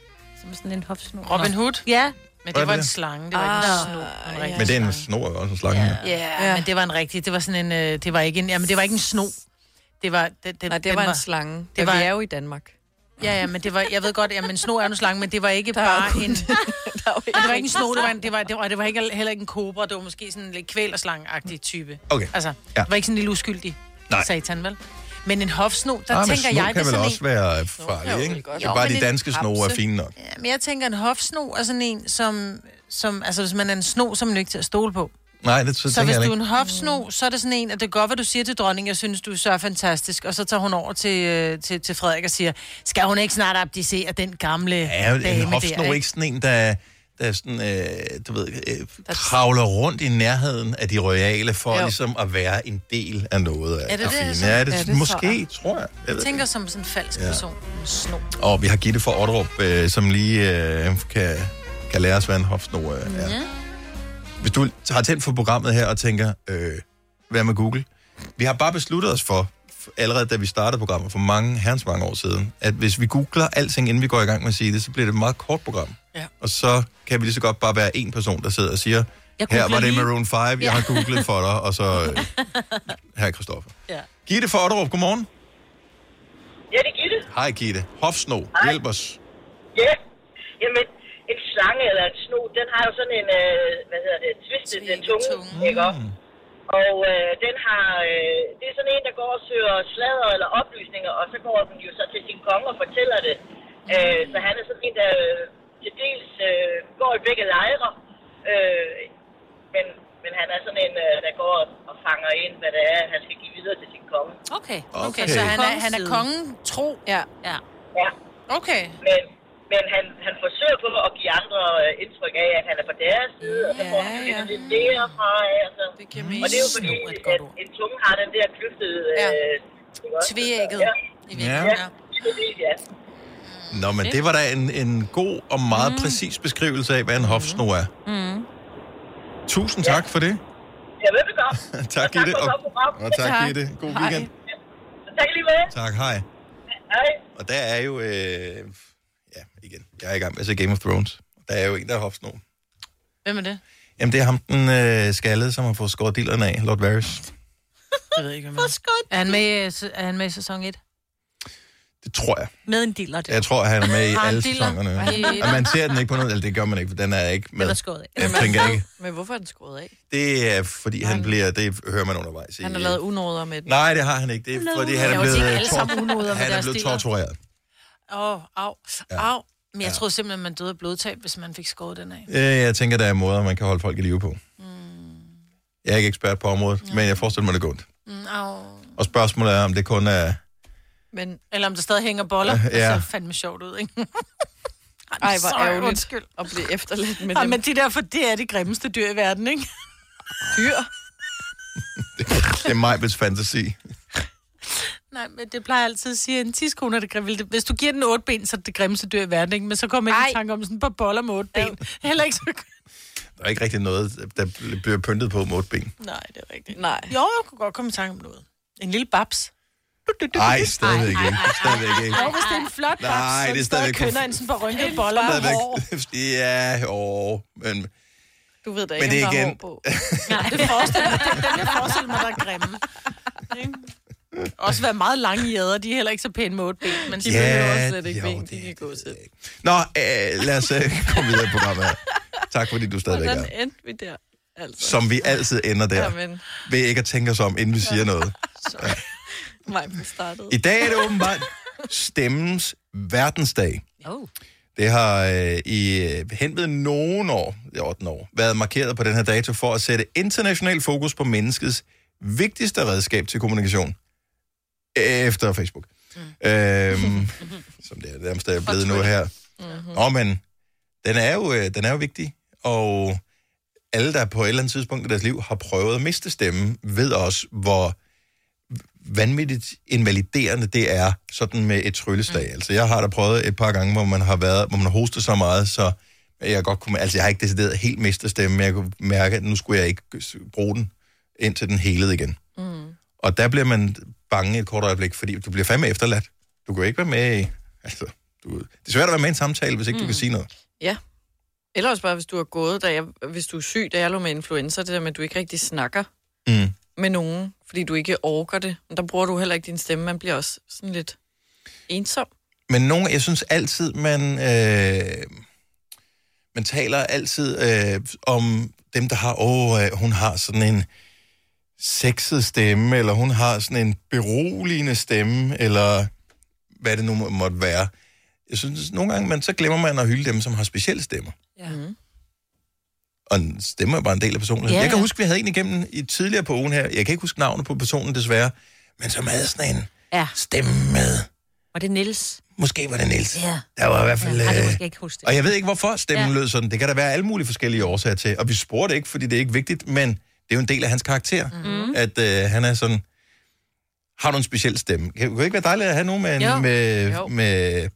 Speaker 4: Som sådan en hofsno.
Speaker 3: Robin Hood?
Speaker 4: Ja.
Speaker 3: Men
Speaker 1: Hvad er
Speaker 3: det var en
Speaker 1: det?
Speaker 3: slange, det var ikke en sno. Det var en
Speaker 1: Men
Speaker 3: rigtig
Speaker 1: det er en snor er også en slange.
Speaker 3: Ah,
Speaker 1: Ah,
Speaker 3: Ja, yeah, yeah. men det var en rigtig, det var sådan en, øh, det var ikke en, ja, men det var ikke en sno. Det var, det, det,
Speaker 5: Nej, det
Speaker 3: den
Speaker 5: var en slange. Det
Speaker 3: Det
Speaker 5: ja,
Speaker 3: var,
Speaker 5: vi er jo i Danmark.
Speaker 3: ja, ja, men det var, jeg ved godt, ja, men sno er jo en slange, men det var ikke bare en, det var ikke en sno, det var, en, det var, det var, det var ikke, heller ikke en kobra, det var måske sådan en lidt kvælerslangeagtig type.
Speaker 1: Okay.
Speaker 3: Altså,
Speaker 1: Ja.
Speaker 3: det var ikke sådan en lille uskyldig
Speaker 1: Nej.
Speaker 3: satan, vel? Men en hofsno, der
Speaker 1: Ah,
Speaker 3: ah,
Speaker 1: men
Speaker 3: tænker
Speaker 1: snor
Speaker 3: jeg,
Speaker 1: kan
Speaker 3: det
Speaker 1: vel
Speaker 3: er
Speaker 1: også
Speaker 3: sådan en,
Speaker 1: være farlig, ikke? Det er bare
Speaker 3: men
Speaker 1: de
Speaker 3: en
Speaker 1: danske snore er
Speaker 3: kapse.
Speaker 1: fine nok.
Speaker 3: Ja, men jeg tænker, en hofsno er sådan en, som, som, altså hvis man er en sno, så er man jo ikke til at stole på.
Speaker 1: Nej, det så,
Speaker 3: Så
Speaker 1: tænker
Speaker 3: hvis
Speaker 1: jeg
Speaker 3: du er
Speaker 1: ikke.
Speaker 3: en hofsno, så er det sådan en, at det er godt, hvad du siger til dronningen, jeg synes, du er så fantastisk. Og så tager hun over til, øh, til, til Frederik og siger, skal hun ikke snart abdicere den gamle
Speaker 1: Er jo en
Speaker 3: dame
Speaker 1: hofsno
Speaker 3: der,
Speaker 1: ikke sådan en, der, der sådan, øh, du ved, øh, kravler rundt i nærheden af de royale for
Speaker 3: Jo.
Speaker 1: jo. ligesom at være en del af noget af
Speaker 3: Er det
Speaker 1: af
Speaker 3: det,
Speaker 1: fine.
Speaker 3: altså?
Speaker 1: Ja, det,
Speaker 3: Ja,
Speaker 1: er
Speaker 3: det
Speaker 1: det,
Speaker 3: tror
Speaker 1: måske,
Speaker 3: jeg.
Speaker 1: tror jeg. jeg
Speaker 3: Jeg
Speaker 1: ved
Speaker 3: tænker som sådan en falsk
Speaker 1: Ja.
Speaker 3: ja. person. En sno.
Speaker 1: ikke. Og vi har Gitte fra Otterup, øh, som lige øh, kan, kan lære os, hvad en hofsno øh, er.
Speaker 3: Ja.
Speaker 1: hvis du har tændt for programmet her og tænker, øh, hvad med Google? Vi har bare besluttet os for, f- allerede da vi startede programmet for mange, herrens mange år siden, at hvis vi googler alting, inden vi går i gang med at sige det, så bliver det et meget kort program.
Speaker 3: Ja.
Speaker 1: Og så kan vi lige så godt bare være en person, der sidder og siger,
Speaker 7: Jeg
Speaker 1: her
Speaker 7: googler
Speaker 1: var det
Speaker 7: lige."
Speaker 1: Maroon 5, jeg
Speaker 7: Ja.
Speaker 1: har googlet for dig,
Speaker 7: <laughs>
Speaker 1: og så øh, her er Christoffer.
Speaker 7: Ja.
Speaker 1: Gitte for Otterup, godmorgen.
Speaker 14: Ja, det giver det.
Speaker 1: Hej Gitte. Hofsno,
Speaker 14: Hej.
Speaker 1: hjælp os.
Speaker 14: Ja. Jamen, en slange eller en sno, den har jo sådan en, øh, hvad hedder det, tvistet den tunge, ikke også?
Speaker 1: Mm.
Speaker 14: Og øh, den har, øh, det er sådan en, der går og søger sladder eller oplysninger, og så går den jo så til sin konge og fortæller det. Øh, så han er sådan en, der øh, til dels øh, går i begge lejre, øh, men, men han er sådan en, øh, der går og, og fanger ind, hvad det er, han skal give videre til sin konge.
Speaker 4: Okay.
Speaker 3: Okay, så han er, han er kongen tro. Ja.
Speaker 4: ja.
Speaker 14: Ja.
Speaker 3: Okay.
Speaker 14: Men, men han, han forsøger på at give andre øh, indtryk af, at han er på deres side, og så får han ja, lidt derfra af. Altså. Det
Speaker 3: giver
Speaker 14: og det er jo fordi, at en tunge har den der kløftede... Ja. Øh, ikke også?
Speaker 3: Tvægget.
Speaker 14: Ja.
Speaker 1: Ja.
Speaker 14: ja. Præcis, ja.
Speaker 1: Nå, men det var da en, en god og meget mm. præcis beskrivelse af, hvad en hofsno er.
Speaker 14: Mm.
Speaker 1: Tusind tak for det.
Speaker 14: Jeg ved det godt.
Speaker 1: <laughs> tak, Gitte.
Speaker 14: for
Speaker 1: Og,
Speaker 14: et godt program.
Speaker 1: og tak, Gitte. God
Speaker 14: Hej.
Speaker 1: weekend.
Speaker 14: Tak lige med.
Speaker 1: Tak, hej.
Speaker 14: Hej.
Speaker 1: Og der er jo... Øh, ja, igen. Jeg er i gang med at se Game of Thrones. Der er jo en, der har hofsno.
Speaker 3: Hvem er det?
Speaker 1: Jamen, det er ham, den øh, skaldede, som har fået skåret dillerne af. Lord Varys.
Speaker 3: Jeg ved ikke, hvem han er. Er han med, i, øh, s- er han med i sæson 1?
Speaker 1: Det tror jeg.
Speaker 4: Med en diller.
Speaker 1: Jeg tror, han er med i
Speaker 3: Har han
Speaker 1: alle
Speaker 3: diller?
Speaker 1: sæsonerne.
Speaker 3: Ej.
Speaker 1: Og man ser den ikke på noget. Eller det gør man ikke, for den er ikke med.
Speaker 5: var skåret af.
Speaker 1: Jeg tænker
Speaker 3: <laughs>
Speaker 1: ikke.
Speaker 5: <laughs> Men hvorfor er den skåret af?
Speaker 1: Det er, fordi han bliver... Det hører man undervejs. i-
Speaker 5: Han har lavet unoder med den.
Speaker 1: Nej, det har han ikke. Det er, fordi han er
Speaker 3: Jeg vil sige,
Speaker 1: blevet,
Speaker 3: alle sammen unoder med
Speaker 1: han er
Speaker 3: deres
Speaker 1: blevet
Speaker 3: diller.
Speaker 1: tortureret.
Speaker 3: Åh, oh, au, au. Men jeg troede simpelthen, man døde af blodtab, hvis man fik skåret den af.
Speaker 1: Øh, Jeg tænker, der er måder, man kan holde folk i live på.
Speaker 5: Mm.
Speaker 1: Jeg er ikke ekspert på området, men jeg forestiller mig, det går ondt.
Speaker 3: Mm, au.
Speaker 5: <laughs>
Speaker 1: Og spørgsmålet er, om det kun er
Speaker 3: Men, eller om der stadig hænger boller,
Speaker 1: Ja.
Speaker 3: ja. det ser fandme sjovt ud,
Speaker 5: <laughs>
Speaker 3: ikke?
Speaker 5: Ej, hvor
Speaker 3: Sorry,
Speaker 5: ærgerligt
Speaker 3: undskyld.
Speaker 5: at blive efterladt med
Speaker 3: Ej,
Speaker 5: dem.
Speaker 3: men de der, for det er de grimmeste dyr i verden,
Speaker 5: <laughs>
Speaker 3: ikke? Dyr?
Speaker 1: Det er Majbets fantasi.
Speaker 3: Nej, men det plejer jeg altid at sige, at en tiskone er det grimmeste. Hvis du giver den otte ben, så er det det grimmeste dyr i verden, ikke? Men så kommer jeg ikke i tanke om sådan et par boller med otte ben. Heller ikke så...
Speaker 1: Der er ikke rigtig noget, der bliver pyntet på med otte ben.
Speaker 3: Nej, det er rigtigt. Nej. Jo, jeg kunne godt komme i tanke om noget. En lille babs.
Speaker 1: Ej, stadigvæk ikke. Stadigvæk ikke.
Speaker 3: Jo, hvis det er en flot babs, så
Speaker 1: Nej, det er
Speaker 3: det
Speaker 1: stadigvæk
Speaker 3: stadig kønner
Speaker 1: konf-
Speaker 3: en sådan par rynkede boller med
Speaker 1: Stadigvæk.
Speaker 3: hår.
Speaker 1: <laughs> Ja, åh, men...
Speaker 5: Du ved da
Speaker 1: Men
Speaker 5: ikke,
Speaker 1: det
Speaker 5: om
Speaker 1: er
Speaker 5: der er
Speaker 1: igen-
Speaker 5: hår på.
Speaker 3: <laughs> Nej, det forestiller mig, det, det, jeg forestiller mig, der er grimme. Ikke? Også være meget lange jæder, de er heller ikke så pæne med otte ben, men de
Speaker 1: Ja,
Speaker 3: behøver også slet ikke
Speaker 1: jo,
Speaker 3: ben,
Speaker 1: det
Speaker 3: de kan gå til.
Speaker 1: Nå, øh, lad os øh, komme videre i programmet her. Tak fordi du stadigvæk er.
Speaker 5: Hvordan endte vi der? Altså.
Speaker 1: Som vi altid ender der.
Speaker 5: Jamen.
Speaker 1: Ved ikke at tænke os om, inden vi siger noget.
Speaker 5: Nej, vi startede.
Speaker 1: I dag er det åbenbart stemmens verdensdag.
Speaker 5: <laughs> Oh.
Speaker 1: Det har øh, i øh, henved nogen år, i 8 år, været markeret på den her dato for at sætte international fokus på menneskets vigtigste redskab til kommunikation. øh, Efter Facebook. Mm. <laughs> Øhm, som det er nærmest er blevet nu her. Mm-hmm. Nå, men den er, jo, øh, den er jo vigtig, og alle, der på et eller andet tidspunkt i deres liv har prøvet at miste stemmen, ved også, hvor vanvittigt invaliderende det er, sådan med et trylleslag. Mm. Altså, jeg har da prøvet et par gange, hvor man har været, hvor man har hostet så meget, så jeg godt kunne, altså jeg har ikke decideret helt mistet stemmen, men jeg kunne mærke, at nu skulle jeg ikke bruge den, indtil den helede igen. Mm. Og der bliver man bange et kort øjeblik, fordi du bliver fandme efterladt. Du kan jo ikke være med i, altså, du, det er svært at være med i en samtale, hvis ikke mm. du kan sige noget.
Speaker 5: Ja. Eller også bare, hvis du har gået, da jeg, hvis du er syg, da jeg lå med influenza, det der med, at du ikke rigtig snakker
Speaker 1: Mm.
Speaker 5: med nogen, fordi du ikke orker det. Men der bruger du heller ikke din stemme, man bliver også sådan lidt ensom.
Speaker 1: Men nogen, jeg synes altid, man, øh, man taler altid øh, om dem, der har, åh, øh, hun har sådan en sexet stemme, eller hun har sådan en beroligende stemme, eller hvad det nu må- måtte være. Jeg synes, nogle gange, man, så glemmer man at hylde dem, som har specielle stemmer.
Speaker 3: Ja. Mm.
Speaker 1: Og en stemme er bare en del af personligheden.
Speaker 3: Ja,
Speaker 1: Ja. Jeg kan
Speaker 3: ja.
Speaker 1: huske, vi havde en igennem i tidligere på ugen her. Jeg kan ikke huske navnet på personen, desværre. Men som havde sådan en
Speaker 4: Ja.
Speaker 1: stemme med.
Speaker 4: Var det Niels?
Speaker 1: Måske var det Niels.
Speaker 4: Ja.
Speaker 1: Der var i hvert fald...
Speaker 4: Ja, ej, det
Speaker 1: øh,
Speaker 4: måske jeg ikke huske det.
Speaker 1: Og jeg ved ikke, hvorfor stemmen ja.
Speaker 4: Ja.
Speaker 1: lød sådan. Det kan der være alle mulige forskellige årsager til. Og vi spurgte ikke, fordi det er ikke vigtigt, men det er jo en del af hans karakter, mm.
Speaker 4: Mhm.
Speaker 1: at øh, han er sådan... Har du en speciel stemme? Kan, kunne det ikke være dejligt at have nogen med... en-
Speaker 4: Jo.
Speaker 1: med,
Speaker 4: Jo.
Speaker 1: med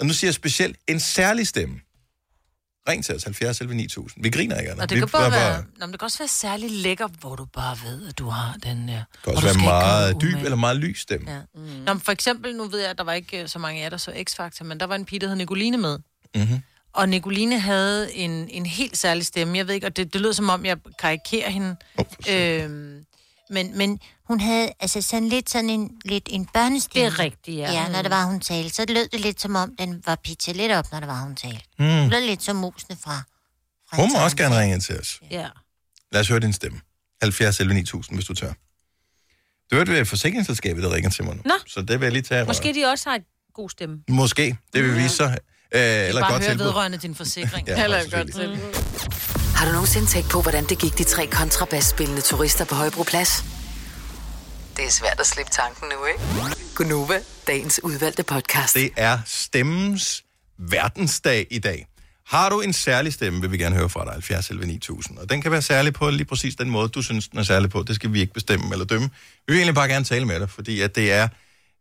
Speaker 1: og nu siger jeg specielt en særlig stemme. Ring til os, 70 11 9000. Vi griner ikke, Anna.
Speaker 3: Og
Speaker 1: Vi
Speaker 3: det kan, både
Speaker 1: var
Speaker 3: være, nå, men det kan også være særlig lækker, hvor du bare ved, at du har den her.
Speaker 1: Det kan også være meget dyb eller meget lys stemme.
Speaker 3: Ja. Mm. Nå, men for eksempel, nu ved jeg, at der var ikke øh, så mange af jer, der så X-Factor, men der var en pige, der hed Nicoline med.
Speaker 1: Mm-hmm.
Speaker 3: Og Nicoline havde en, en helt særlig stemme. Jeg ved ikke, og det, det lød som om, jeg karikerer hende. Oh, øhm, men, men hun havde altså sådan lidt sådan en, lidt en børnestemme.
Speaker 4: Det er rigtigt, ja. Mm.
Speaker 7: Ja, når det var, hun talte, så lød det lidt som om, den var pitchet lidt op, når det var, hun talte. Mm. Det lød lidt som musene fra.
Speaker 1: Hmm. Hun må også gerne ringe ind til os.
Speaker 4: Ja.
Speaker 1: Lad os høre din stemme. 70 11 9000, hvis du tør. Du hørte ved forsikringsselskabet, der ringer til mig nu.
Speaker 4: Nå.
Speaker 1: Så det vil jeg lige tage.
Speaker 4: Måske de også har en god stemme.
Speaker 1: Måske. Det vil vise sig. Øh, eller
Speaker 19: bare
Speaker 1: godt
Speaker 19: høre
Speaker 1: tilbud.
Speaker 19: vedrørende
Speaker 3: din forsikring.
Speaker 1: <laughs> Ja, Heller et
Speaker 19: godt tilbud. Har du nogensinde tænkt på, hvordan det gik de tre kontrabasspillende turister på Højbroplads?
Speaker 2: Det er svært at slippe tanken nu, ikke? Gunova, dagens udvalgte podcast.
Speaker 1: Det er stemmens verdensdag i dag. Har du en særlig stemme, vil vi gerne høre fra dig, 70 11 9000. Og den kan være særlig på lige præcis den måde, du synes, den er særlig på. Det skal vi ikke bestemme eller dømme. Vi vil egentlig bare gerne tale med dig, fordi at det er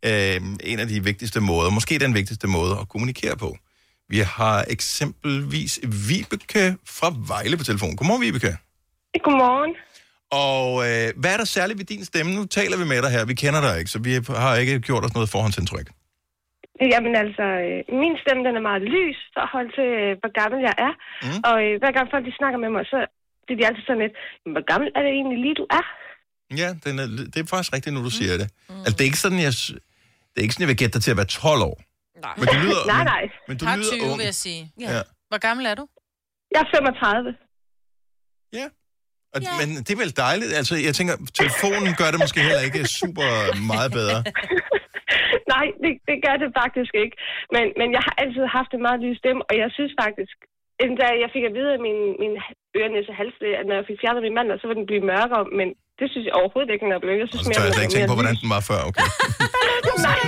Speaker 1: øh, en af de vigtigste måder, måske den vigtigste måde at kommunikere på. Vi har eksempelvis Vibeke fra Vejle på telefon. Godmorgen, Vibeke.
Speaker 7: Godmorgen.
Speaker 1: Og øh, hvad er der særligt ved din stemme? Nu taler vi med dig her. Vi kender dig ikke, så vi har ikke gjort os noget forhåndsindtryk.
Speaker 7: Jamen altså, øh, min stemme den er meget lys for at holde til, øh, hvor gammel jeg er. Mm. Og øh, hver gang folk de snakker med mig, så bliver de altid sådan lidt, "Men hvor gammel er det egentlig lige, du er?
Speaker 1: Ja, den er, det er faktisk rigtigt, nu du siger det. Mm. Altså, det er ikke sådan, jeg, s- det er ikke sådan, jeg vil gætte dig til at være 12 år.
Speaker 5: Nej.
Speaker 1: Men du lyder,
Speaker 7: <laughs> nej,
Speaker 1: men-
Speaker 7: nej.
Speaker 1: Men du
Speaker 3: Par
Speaker 1: lyder
Speaker 3: 20,
Speaker 1: ung.
Speaker 3: vil jeg sige.
Speaker 1: Ja. Ja.
Speaker 3: Hvor gammel er du?
Speaker 7: Jeg er 35.
Speaker 1: Og, Men det er vel dejligt. Altså, jeg tænker, telefonen gør det måske heller ikke super meget bedre.
Speaker 7: <laughs> nej, det, det gør det faktisk ikke. Men, men jeg har altid haft en meget lys stemme, og jeg synes faktisk, da jeg fik at vide af min, min ørenæse halslæge, at når jeg fik fjernet min mand, så ville den blive mørkere, men
Speaker 1: Altså,
Speaker 7: det synes jeg overhovedet ikke, den er blevet. Jeg synes,
Speaker 1: Så tør jeg slet ikke tænke på,
Speaker 7: den er
Speaker 1: hvordan den var før. Okay.
Speaker 7: mere lys. Nej,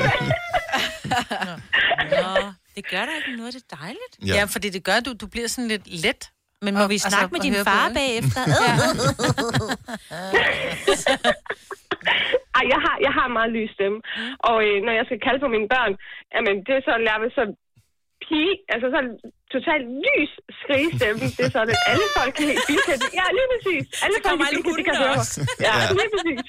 Speaker 4: Nå, det gør da ikke noget, det er dejligt.
Speaker 3: Ja. ja, fordi det gør, du, du bliver sådan lidt let. altså,
Speaker 4: Men må vi snakke med din far bagefter?
Speaker 3: <laughs>
Speaker 7: Ej, jeg har, jeg har en meget lys stemme. Og øh, når jeg skal kalde på mine børn, jamen, det er så nærmest så pige, altså så totalt lys skrigestemme. Det er sådan, at alle folk kan de kan, Ja, lige præcis. Alle folk
Speaker 4: kommer alle
Speaker 7: kan, de kan
Speaker 4: hundene
Speaker 7: høre.
Speaker 4: også.
Speaker 7: Ja,
Speaker 1: <laughs> Ja.
Speaker 7: lige præcis.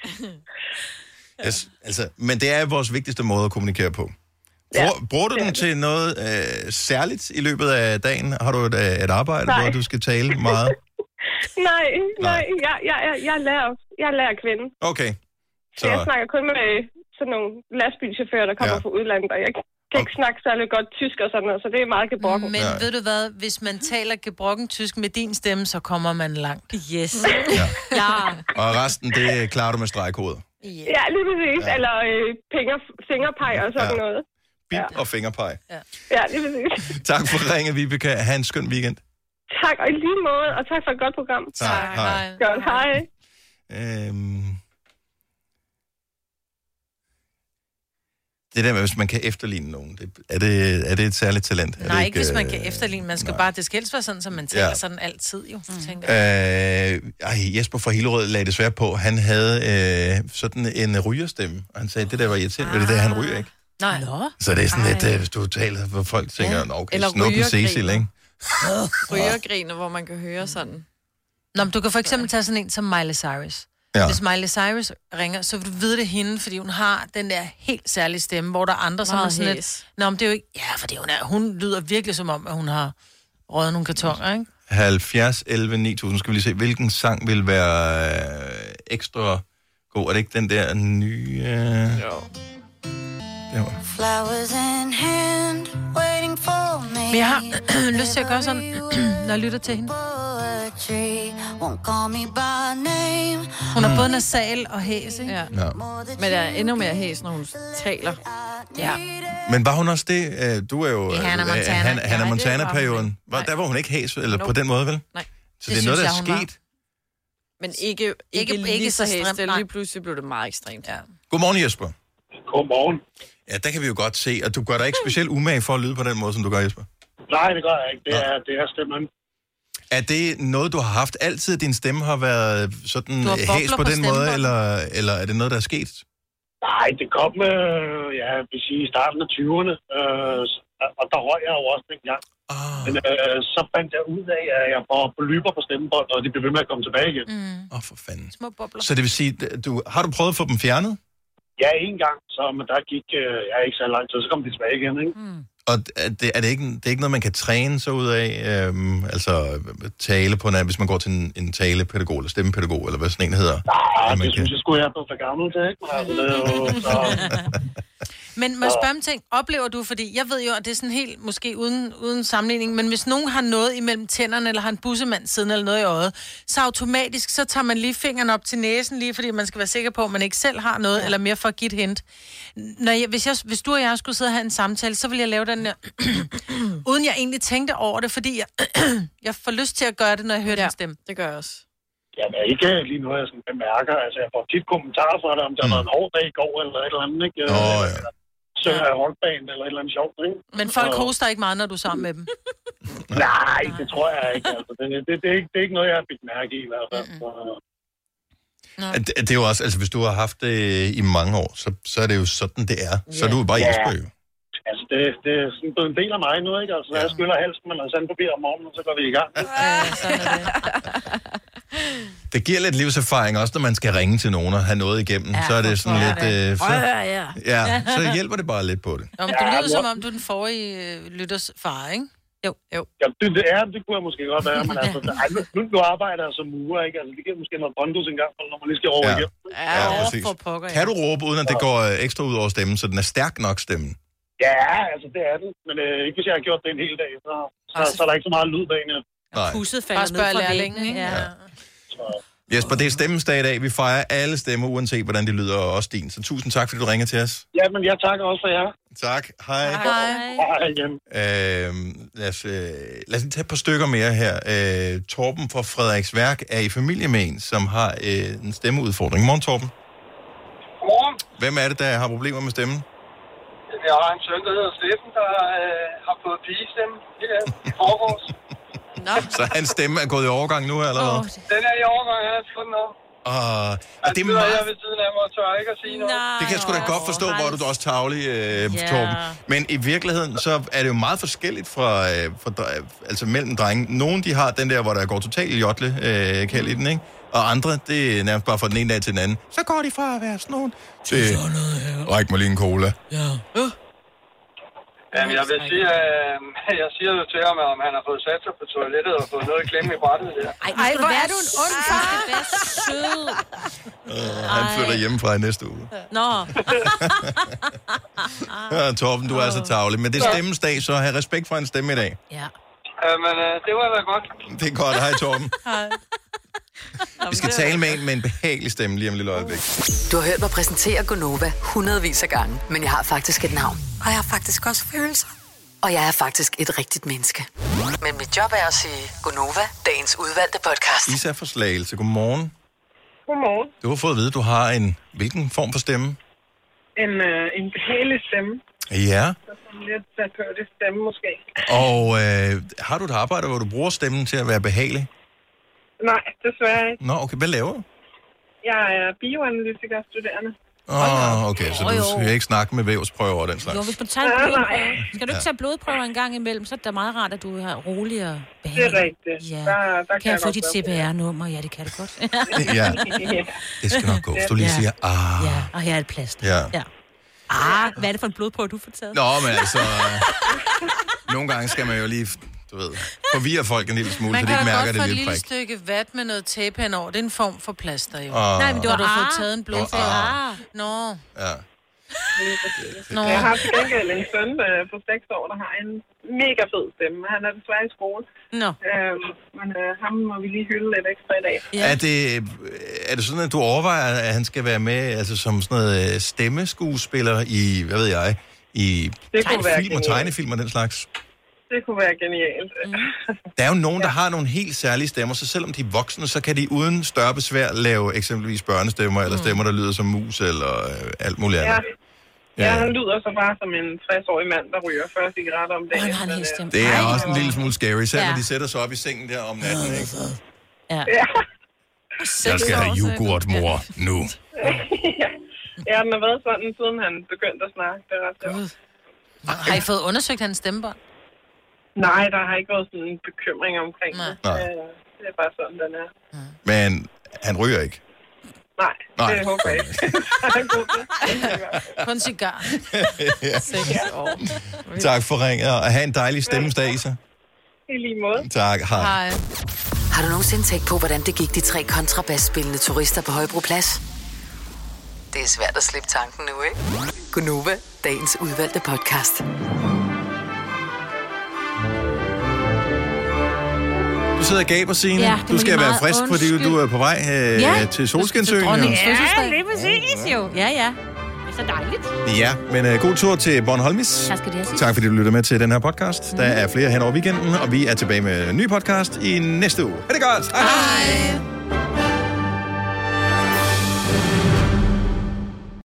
Speaker 1: Yes, altså, men det er vores vigtigste måde at kommunikere på. Bruger, ja, bruger du den til noget øh, særligt i løbet af dagen? Har du et, øh, et arbejde,
Speaker 7: Nej.
Speaker 1: hvor du skal tale meget?
Speaker 7: Nej, nej, jeg, jeg, jeg, jeg lærer, jeg lærer kvinde.
Speaker 3: <laughs>
Speaker 1: Okay.
Speaker 7: Så jeg snakker kun med øh, sådan nogle lastbilchauffører, der kommer ja. fra udlandet, og jeg kan ikke snakke særlig godt tysk og sådan noget, så det er meget gebrokken.
Speaker 3: Men ved du hvad, hvis man taler gebrokken tysk med din stemme, så kommer man langt.
Speaker 4: Yes.
Speaker 1: Ja.
Speaker 4: ja.
Speaker 1: Og resten, det klarer du med stregkoder.
Speaker 7: Ja, lige præcis. Ja. Eller øh, penger, fingerpeg og sådan ja. noget.
Speaker 1: Bip ja. og fingerpege.
Speaker 7: Ja, lige præcis.
Speaker 1: Tak for ringet, Vibeke. Ha' en skøn weekend.
Speaker 7: Tak, og i lige måde, og tak for et godt program.
Speaker 1: Tak, Tak, hej. hej.
Speaker 7: Godt, hej.
Speaker 1: Øhm... Det der med, hvis man kan efterligne nogen, det, er, det, er det et særligt talent? er
Speaker 3: Nej,
Speaker 1: det
Speaker 3: ikke hvis man kan
Speaker 1: øh,
Speaker 3: efterligne. Man skal bare, det skal helst være sådan, som man taler
Speaker 1: Ja.
Speaker 3: ja. sådan altid, jo. Mm. Tænker. jeg.
Speaker 1: Øh, ej, Jesper fra Hillerød lagde desværre på. Han havde øh, sådan en rygerstemme, og han sagde, det der var irriterende, ah. det der, han ryger ikke.
Speaker 3: Nej. Nå.
Speaker 1: Så det er sådan lidt, øh, hvis du taler, hvor folk tænker, ja. okay,
Speaker 5: Eller
Speaker 1: snuppen
Speaker 5: rygergriner.
Speaker 1: Cecil,
Speaker 5: <laughs>
Speaker 1: ikke?
Speaker 5: Rygergriner, hvor man kan høre sådan.
Speaker 3: Nå, men du kan for eksempel tage sådan en som Miley Cyrus.
Speaker 5: Ja.
Speaker 3: Ja. Hvis Miley Cyrus ringer, så vil du vide det er hende, fordi hun har den der helt særlige stemme, hvor der er andre, som
Speaker 4: Meget
Speaker 3: er sådan
Speaker 4: hæs.
Speaker 3: lidt... Nå, men det er jo ikke... Ja, fordi hun, er, hun lyder virkelig som om, at hun har røget nogle kartonger, ikke?
Speaker 1: 70, 11, 9000. Skal vi lige se, hvilken sang vil være øh, ekstra god? Er det ikke den der nye... Øh... Jo.
Speaker 8: Flowers in hand, waiting for me.
Speaker 3: Men jeg har <clears throat> lyst til at gøre sådan, når jeg lytter til hende.
Speaker 8: Won't call me by name.
Speaker 3: Hun er både nasal og hæs, ikke?
Speaker 5: Ja.
Speaker 1: Ja.
Speaker 5: Men der er endnu mere hæs, når hun taler.
Speaker 3: Ja.
Speaker 1: Men var hun også det? Øh, Du er jo...
Speaker 5: Det er Hannah
Speaker 1: øh,
Speaker 5: Montana.
Speaker 1: Han,
Speaker 5: Nej,
Speaker 1: Hannah
Speaker 5: det var hun
Speaker 1: Montana-perioden.
Speaker 5: ikke.
Speaker 1: Var, der var hun ikke hæs, eller
Speaker 5: Nope.
Speaker 1: på den måde, vel?
Speaker 5: Nej.
Speaker 1: Så det, det er noget, der er sket.
Speaker 5: Men ikke, ikke,
Speaker 3: Ikke-
Speaker 5: ikke, lige
Speaker 3: ikke
Speaker 5: så
Speaker 3: så
Speaker 5: hæst.
Speaker 3: stramt,
Speaker 5: Det er
Speaker 3: nej.
Speaker 5: Lige pludselig blev det meget ekstremt.
Speaker 3: Ja.
Speaker 1: Godmorgen, Jesper.
Speaker 22: Godmorgen.
Speaker 1: Ja, der kan vi jo godt se, at du gør dig ikke specielt umage for at lyde på den måde, som du gør, Jesper.
Speaker 22: Nej, det gør jeg ikke. Det er, det er stemmen.
Speaker 1: Er det noget, du har haft altid, at din stemme har været sådan øh,
Speaker 22: Du har bobler
Speaker 1: hæs på
Speaker 22: på
Speaker 1: den måde,
Speaker 22: stemmebåndet.
Speaker 1: eller, eller er det noget, der er sket?
Speaker 22: Nej, det kom, øh, ja, jeg vil sige, i starten af 20'erne, øh, og der røg jeg jo også dengang.
Speaker 1: Ah.
Speaker 22: Men øh, så fandt jeg ud af, at jeg var på lyber på stemmebåndet, og de blev ved med at komme tilbage igen.
Speaker 3: Mm.
Speaker 1: Åh, oh, for fanden.
Speaker 3: Små bobler.
Speaker 1: Så det vil sige, at du, har du prøvet at få dem fjernet?
Speaker 22: Ja, en gang, så, men der gik øh, jeg ikke så lang tid, så kom de tilbage igen, ikke? Mm.
Speaker 1: Og er det, er det, ikke, det er ikke noget, man kan træne sig ud af, øhm, altså tale på en anden, hvis man går til en, en talepædagog eller stemmepædagog, eller hvad sådan en hedder? Nej,
Speaker 22: det synes jeg skulle jeg er blevet for gammel til, ikke? Men altså, det er jo, så,
Speaker 3: Men må jeg spørge om ting, oplever du, fordi jeg ved jo, at det er sådan helt, måske uden, uden sammenligning, men hvis nogen har noget imellem tænderne, eller har en bussemand siden eller noget i øjet, så automatisk, så tager man lige fingeren op til næsen, lige fordi man skal være sikker på, at man ikke selv har noget, ja. eller mere for at give et hint. Når jeg, hvis, jeg, hvis du og jeg skulle sidde og have en samtale, så ville jeg lave den der, <clears throat> uden jeg egentlig tænkte over det, fordi jeg, <clears throat> jeg får lyst til at gøre det, når jeg hører ja, din stemme.
Speaker 5: det gør jeg også.
Speaker 22: jamen, ikke øh, lige noget, jeg sådan bemærker. Altså, jeg får tit kommentarer fra dig, om der har været en hård dag i går, eller et eller andet, ikke? Åh, oh, ja. Søger jeg rockband, eller et eller andet sjovt, ikke?
Speaker 3: Men folk
Speaker 22: Så-
Speaker 3: hoster ikke meget, når du er sammen med dem.
Speaker 22: Nej, det tror jeg ikke. Altså, det, det, det, er ikke, det er ikke noget, jeg har bidt mærke i i hvert fald. Så,
Speaker 1: At det, det er jo også, altså hvis du har haft det i mange år, så, så er det jo sådan, det er. Så er du jo bare
Speaker 22: Ja.
Speaker 1: Jesper jo.
Speaker 22: altså, det, det er sådan blevet en del af mig nu, ikke? Altså, jeg skyller halsen med noget sandpapir om morgenen, og så går vi i gang.
Speaker 1: Det giver lidt livserfaring også, når man skal ringe til nogen og have noget igennem. Ja, så er det sådan lidt... Øh, så, <laughs> ja, så hjælper det bare lidt på det.
Speaker 3: Om du lyder som om, du er den forrige øh, lytters far, ikke? Jo. jo.
Speaker 22: Ja, det, det, er, det kunne jeg måske godt være,
Speaker 4: <laughs>
Speaker 22: men altså, ej, nu, nu, nu arbejder jeg som murer, ikke? Altså, det giver måske noget bondus engang, når man lige skal over
Speaker 1: Ja.
Speaker 22: ja. igen.
Speaker 1: Ja, præcis. Kan du råbe, uden at det går øh, ekstra ud over stemmen, så den er stærk nok stemmen?
Speaker 22: Ja, altså, det er den. Men øh, ikke hvis jeg har gjort det en hel dag, så, så, så er der ikke så meget lyd bag en.
Speaker 1: Nej.
Speaker 4: Huset
Speaker 3: Bare
Speaker 4: falder
Speaker 3: spørg
Speaker 4: ned fra
Speaker 3: lærlingen,
Speaker 4: væggen, ikke? Ja.
Speaker 1: Jesper, det er stemmens dag i dag. Vi fejrer alle stemmer, uanset hvordan det lyder, og også din. Så tusind tak, fordi du ringer til os.
Speaker 22: Ja, men jeg takker også for jer.
Speaker 1: Tak. Hej.
Speaker 22: Hej. Hej igen.
Speaker 1: Øhm, lad, os, øh, lad os lige tage et par stykker mere her. Øh, Torben fra Frederiks Værk er i familie med en, som har øh, en stemmeudfordring. Morgen, Torben.
Speaker 22: Godmorgen.
Speaker 1: Hvem er det, der har problemer med stemmen?
Speaker 10: Jeg har en søn, der hedder Steffen, der øh, har fået pigestemme her i forgårs.
Speaker 1: Så hans stemme er gået i overgang nu, eller hvad?
Speaker 10: Den er i overgang, han har fået den op.
Speaker 1: Og, og
Speaker 10: Han
Speaker 1: det, er
Speaker 10: sidder
Speaker 1: meget,
Speaker 10: her ved siden af mig og tør ikke at sige noget.
Speaker 1: det kan jeg sgu da godt forstå, hvor er du også tavlig, øh,
Speaker 10: Ja.
Speaker 1: Torben. Men i virkeligheden, så er det jo meget forskelligt fra, øh, fra dre- altså mellem drenge. Nogle, de har den der, hvor der går totalt jotle øh, kald i den, ikke? Og andre, det er nærmest bare fra den ene dag til den anden. Så går de fra at være sådan nogen til... Ræk mig lige en cola.
Speaker 10: Ja. Jamen, jeg vil sige, øh, <laughs> jeg siger jo til ham, om han har fået sat sig på toilettet og fået noget i klemme i brættet der.
Speaker 3: Ej, hvor er du en ond far.
Speaker 4: Hvad sød.
Speaker 1: Øh, han flytter hjemmefra i næste uge.
Speaker 4: Nå.
Speaker 1: Ah, Torben, du er så tavlig. Men det er stemmens dag, så have respekt for en stemme i dag.
Speaker 4: Ja.
Speaker 10: Jamen, øh, det var da godt.
Speaker 1: Det er godt. Hej, <laughs> Torben. Vi skal tale med en med en behagelig stemme lige om et lille øjeblik.
Speaker 2: Du har hørt mig præsentere Gonova hundredvis af gange, men jeg har faktisk et navn.
Speaker 19: Og jeg har faktisk også følelser.
Speaker 2: Og jeg er faktisk et rigtigt menneske. Men mit job er at sige Gonova, dagens udvalgte podcast.
Speaker 1: Isa fra Slagelse, godmorgen.
Speaker 10: Godmorgen.
Speaker 1: Du har fået at vide, at du har en... Hvilken form for stemme?
Speaker 10: En, øh, en behagelig stemme.
Speaker 1: Ja.
Speaker 10: Så sådan lidt terapeutisk stemme måske.
Speaker 1: Og øh, har du et arbejde, hvor du bruger stemmen til at være behagelig?
Speaker 10: Nej, desværre ikke.
Speaker 1: Nå, okay. Hvad laver du?
Speaker 10: Jeg er bioanalytiker studerende.
Speaker 1: Åh, oh, okay. Så
Speaker 4: Jo, jo.
Speaker 1: du skal ikke snakke med vævsprøver og den slags.
Speaker 4: Jo, hvis du tager en
Speaker 10: Nej,
Speaker 4: blodprøve,
Speaker 10: nej.
Speaker 4: skal du ikke
Speaker 1: Ja.
Speaker 4: tage blodprøver en gang imellem, så er det da meget rart, at du er rolig og
Speaker 10: Det
Speaker 4: behagelig.
Speaker 10: er rigtigt.
Speaker 4: Ja.
Speaker 10: Der, der
Speaker 4: Kan jeg få
Speaker 10: godt
Speaker 4: dit
Speaker 10: være på.
Speaker 4: CPR-nummer? Ja, det kan du godt.
Speaker 10: <laughs>
Speaker 1: Ja. Det skal nok gå, hvis du lige
Speaker 4: Ja.
Speaker 1: siger, ah.
Speaker 4: Ja, og her er et plast.
Speaker 1: Ja.
Speaker 4: ja. Ah, hvad er det for en blodprøve, du får taget?
Speaker 1: Nå, men altså... øh, Nogle gange skal man jo lige, du ved, forvirre folk en lille smule,
Speaker 3: Man
Speaker 1: så de
Speaker 3: kan
Speaker 1: ikke
Speaker 3: da
Speaker 1: mærker
Speaker 3: godt få
Speaker 1: det
Speaker 3: et
Speaker 1: lille
Speaker 3: lille
Speaker 1: prik.
Speaker 3: stykke vat med noget tape henover. Det er en form for plaster, jo.
Speaker 1: Ah.
Speaker 3: Nej, men du har da
Speaker 1: Ah.
Speaker 3: fået taget en blodprøve.
Speaker 1: Ah.
Speaker 3: Ah. Nå.
Speaker 1: Ja.
Speaker 3: Nå.
Speaker 10: Jeg har til gengæld en søn øh, på 6 år, der har en mega fed stemme. Han er desværre i skole.
Speaker 4: Nå.
Speaker 10: Øhm, men øh, ham må vi lige hylde lidt ekstra i dag.
Speaker 1: Er, det, øh, er det sådan, at du overvejer, at han skal være med altså, som sådan noget øh, stemmeskuespiller i, hvad ved jeg, i
Speaker 10: Det kunne være
Speaker 1: film og
Speaker 10: genialt.
Speaker 1: tegnefilm og den slags?
Speaker 10: Det kunne være genialt.
Speaker 4: Mm.
Speaker 1: Der er jo nogen, der har nogle helt særlige stemmer, så selvom de er voksne, så kan de uden større besvær lave eksempelvis børnestemmer, eller stemmer, der lyder som mus, eller øh, alt muligt
Speaker 10: Mm. Ja.
Speaker 1: andet.
Speaker 10: Ja,
Speaker 1: Ja.
Speaker 10: han lyder så bare som en 60-årig mand, der ryger 40 cigaretter om dagen. Men, øh,
Speaker 1: Det er også en lille smule scary, selv når
Speaker 10: Ja. altså.
Speaker 1: de sætter sig op i sengen der om natten, ikke?
Speaker 4: Ja.
Speaker 1: Jeg skal have
Speaker 10: øh,
Speaker 1: yoghurt, mor, nu.
Speaker 10: <laughs> ja, den har været sådan, siden han begyndte at snakke. Det er ret sjovt.
Speaker 3: Har I fået undersøgt hans stemmebånd?
Speaker 10: Nej, der har ikke været sådan en bekymring omkring det.
Speaker 1: Nej.
Speaker 10: Øh, Det er bare sådan, den er.
Speaker 1: Men han ryger ikke.
Speaker 10: Nej,
Speaker 1: Nej.
Speaker 10: det håber jeg ikke.
Speaker 3: <laughs> Kun cigar.
Speaker 1: <laughs> Ja.
Speaker 3: Seks år.
Speaker 1: Tak for ringet, og have en dejlig stemmesdag, Isa.
Speaker 2: I lige måde.
Speaker 1: Mm, Tak, hej.
Speaker 2: Har du nogensinde tænkt på, hvordan det gik de tre kontrabasspillende turister på Højbroplads? Det er svært at slippe tanken nu, ikke? Gunova, dagens udvalgte podcast.
Speaker 1: Du sidder og gaber, Signe.
Speaker 4: Ja, det må
Speaker 1: du skal
Speaker 4: lige
Speaker 1: være
Speaker 4: meget
Speaker 1: frisk, fordi du
Speaker 4: undskylde.
Speaker 1: er på vej øh,
Speaker 4: Ja.
Speaker 1: ja. til Solskinsøen. jo.
Speaker 4: Dronningens fødselsdag. Ja, lige præcis jo. Ja, ja. Det er så dejligt.
Speaker 1: Ja, men øh, god tur til Bornholmis.
Speaker 4: Tak skal du have, Signe.
Speaker 1: Tak fordi du lytter med til den her podcast. Der er flere hen over weekenden, og vi er tilbage med en ny podcast i næste uge. Ha' det godt. Hej. hej.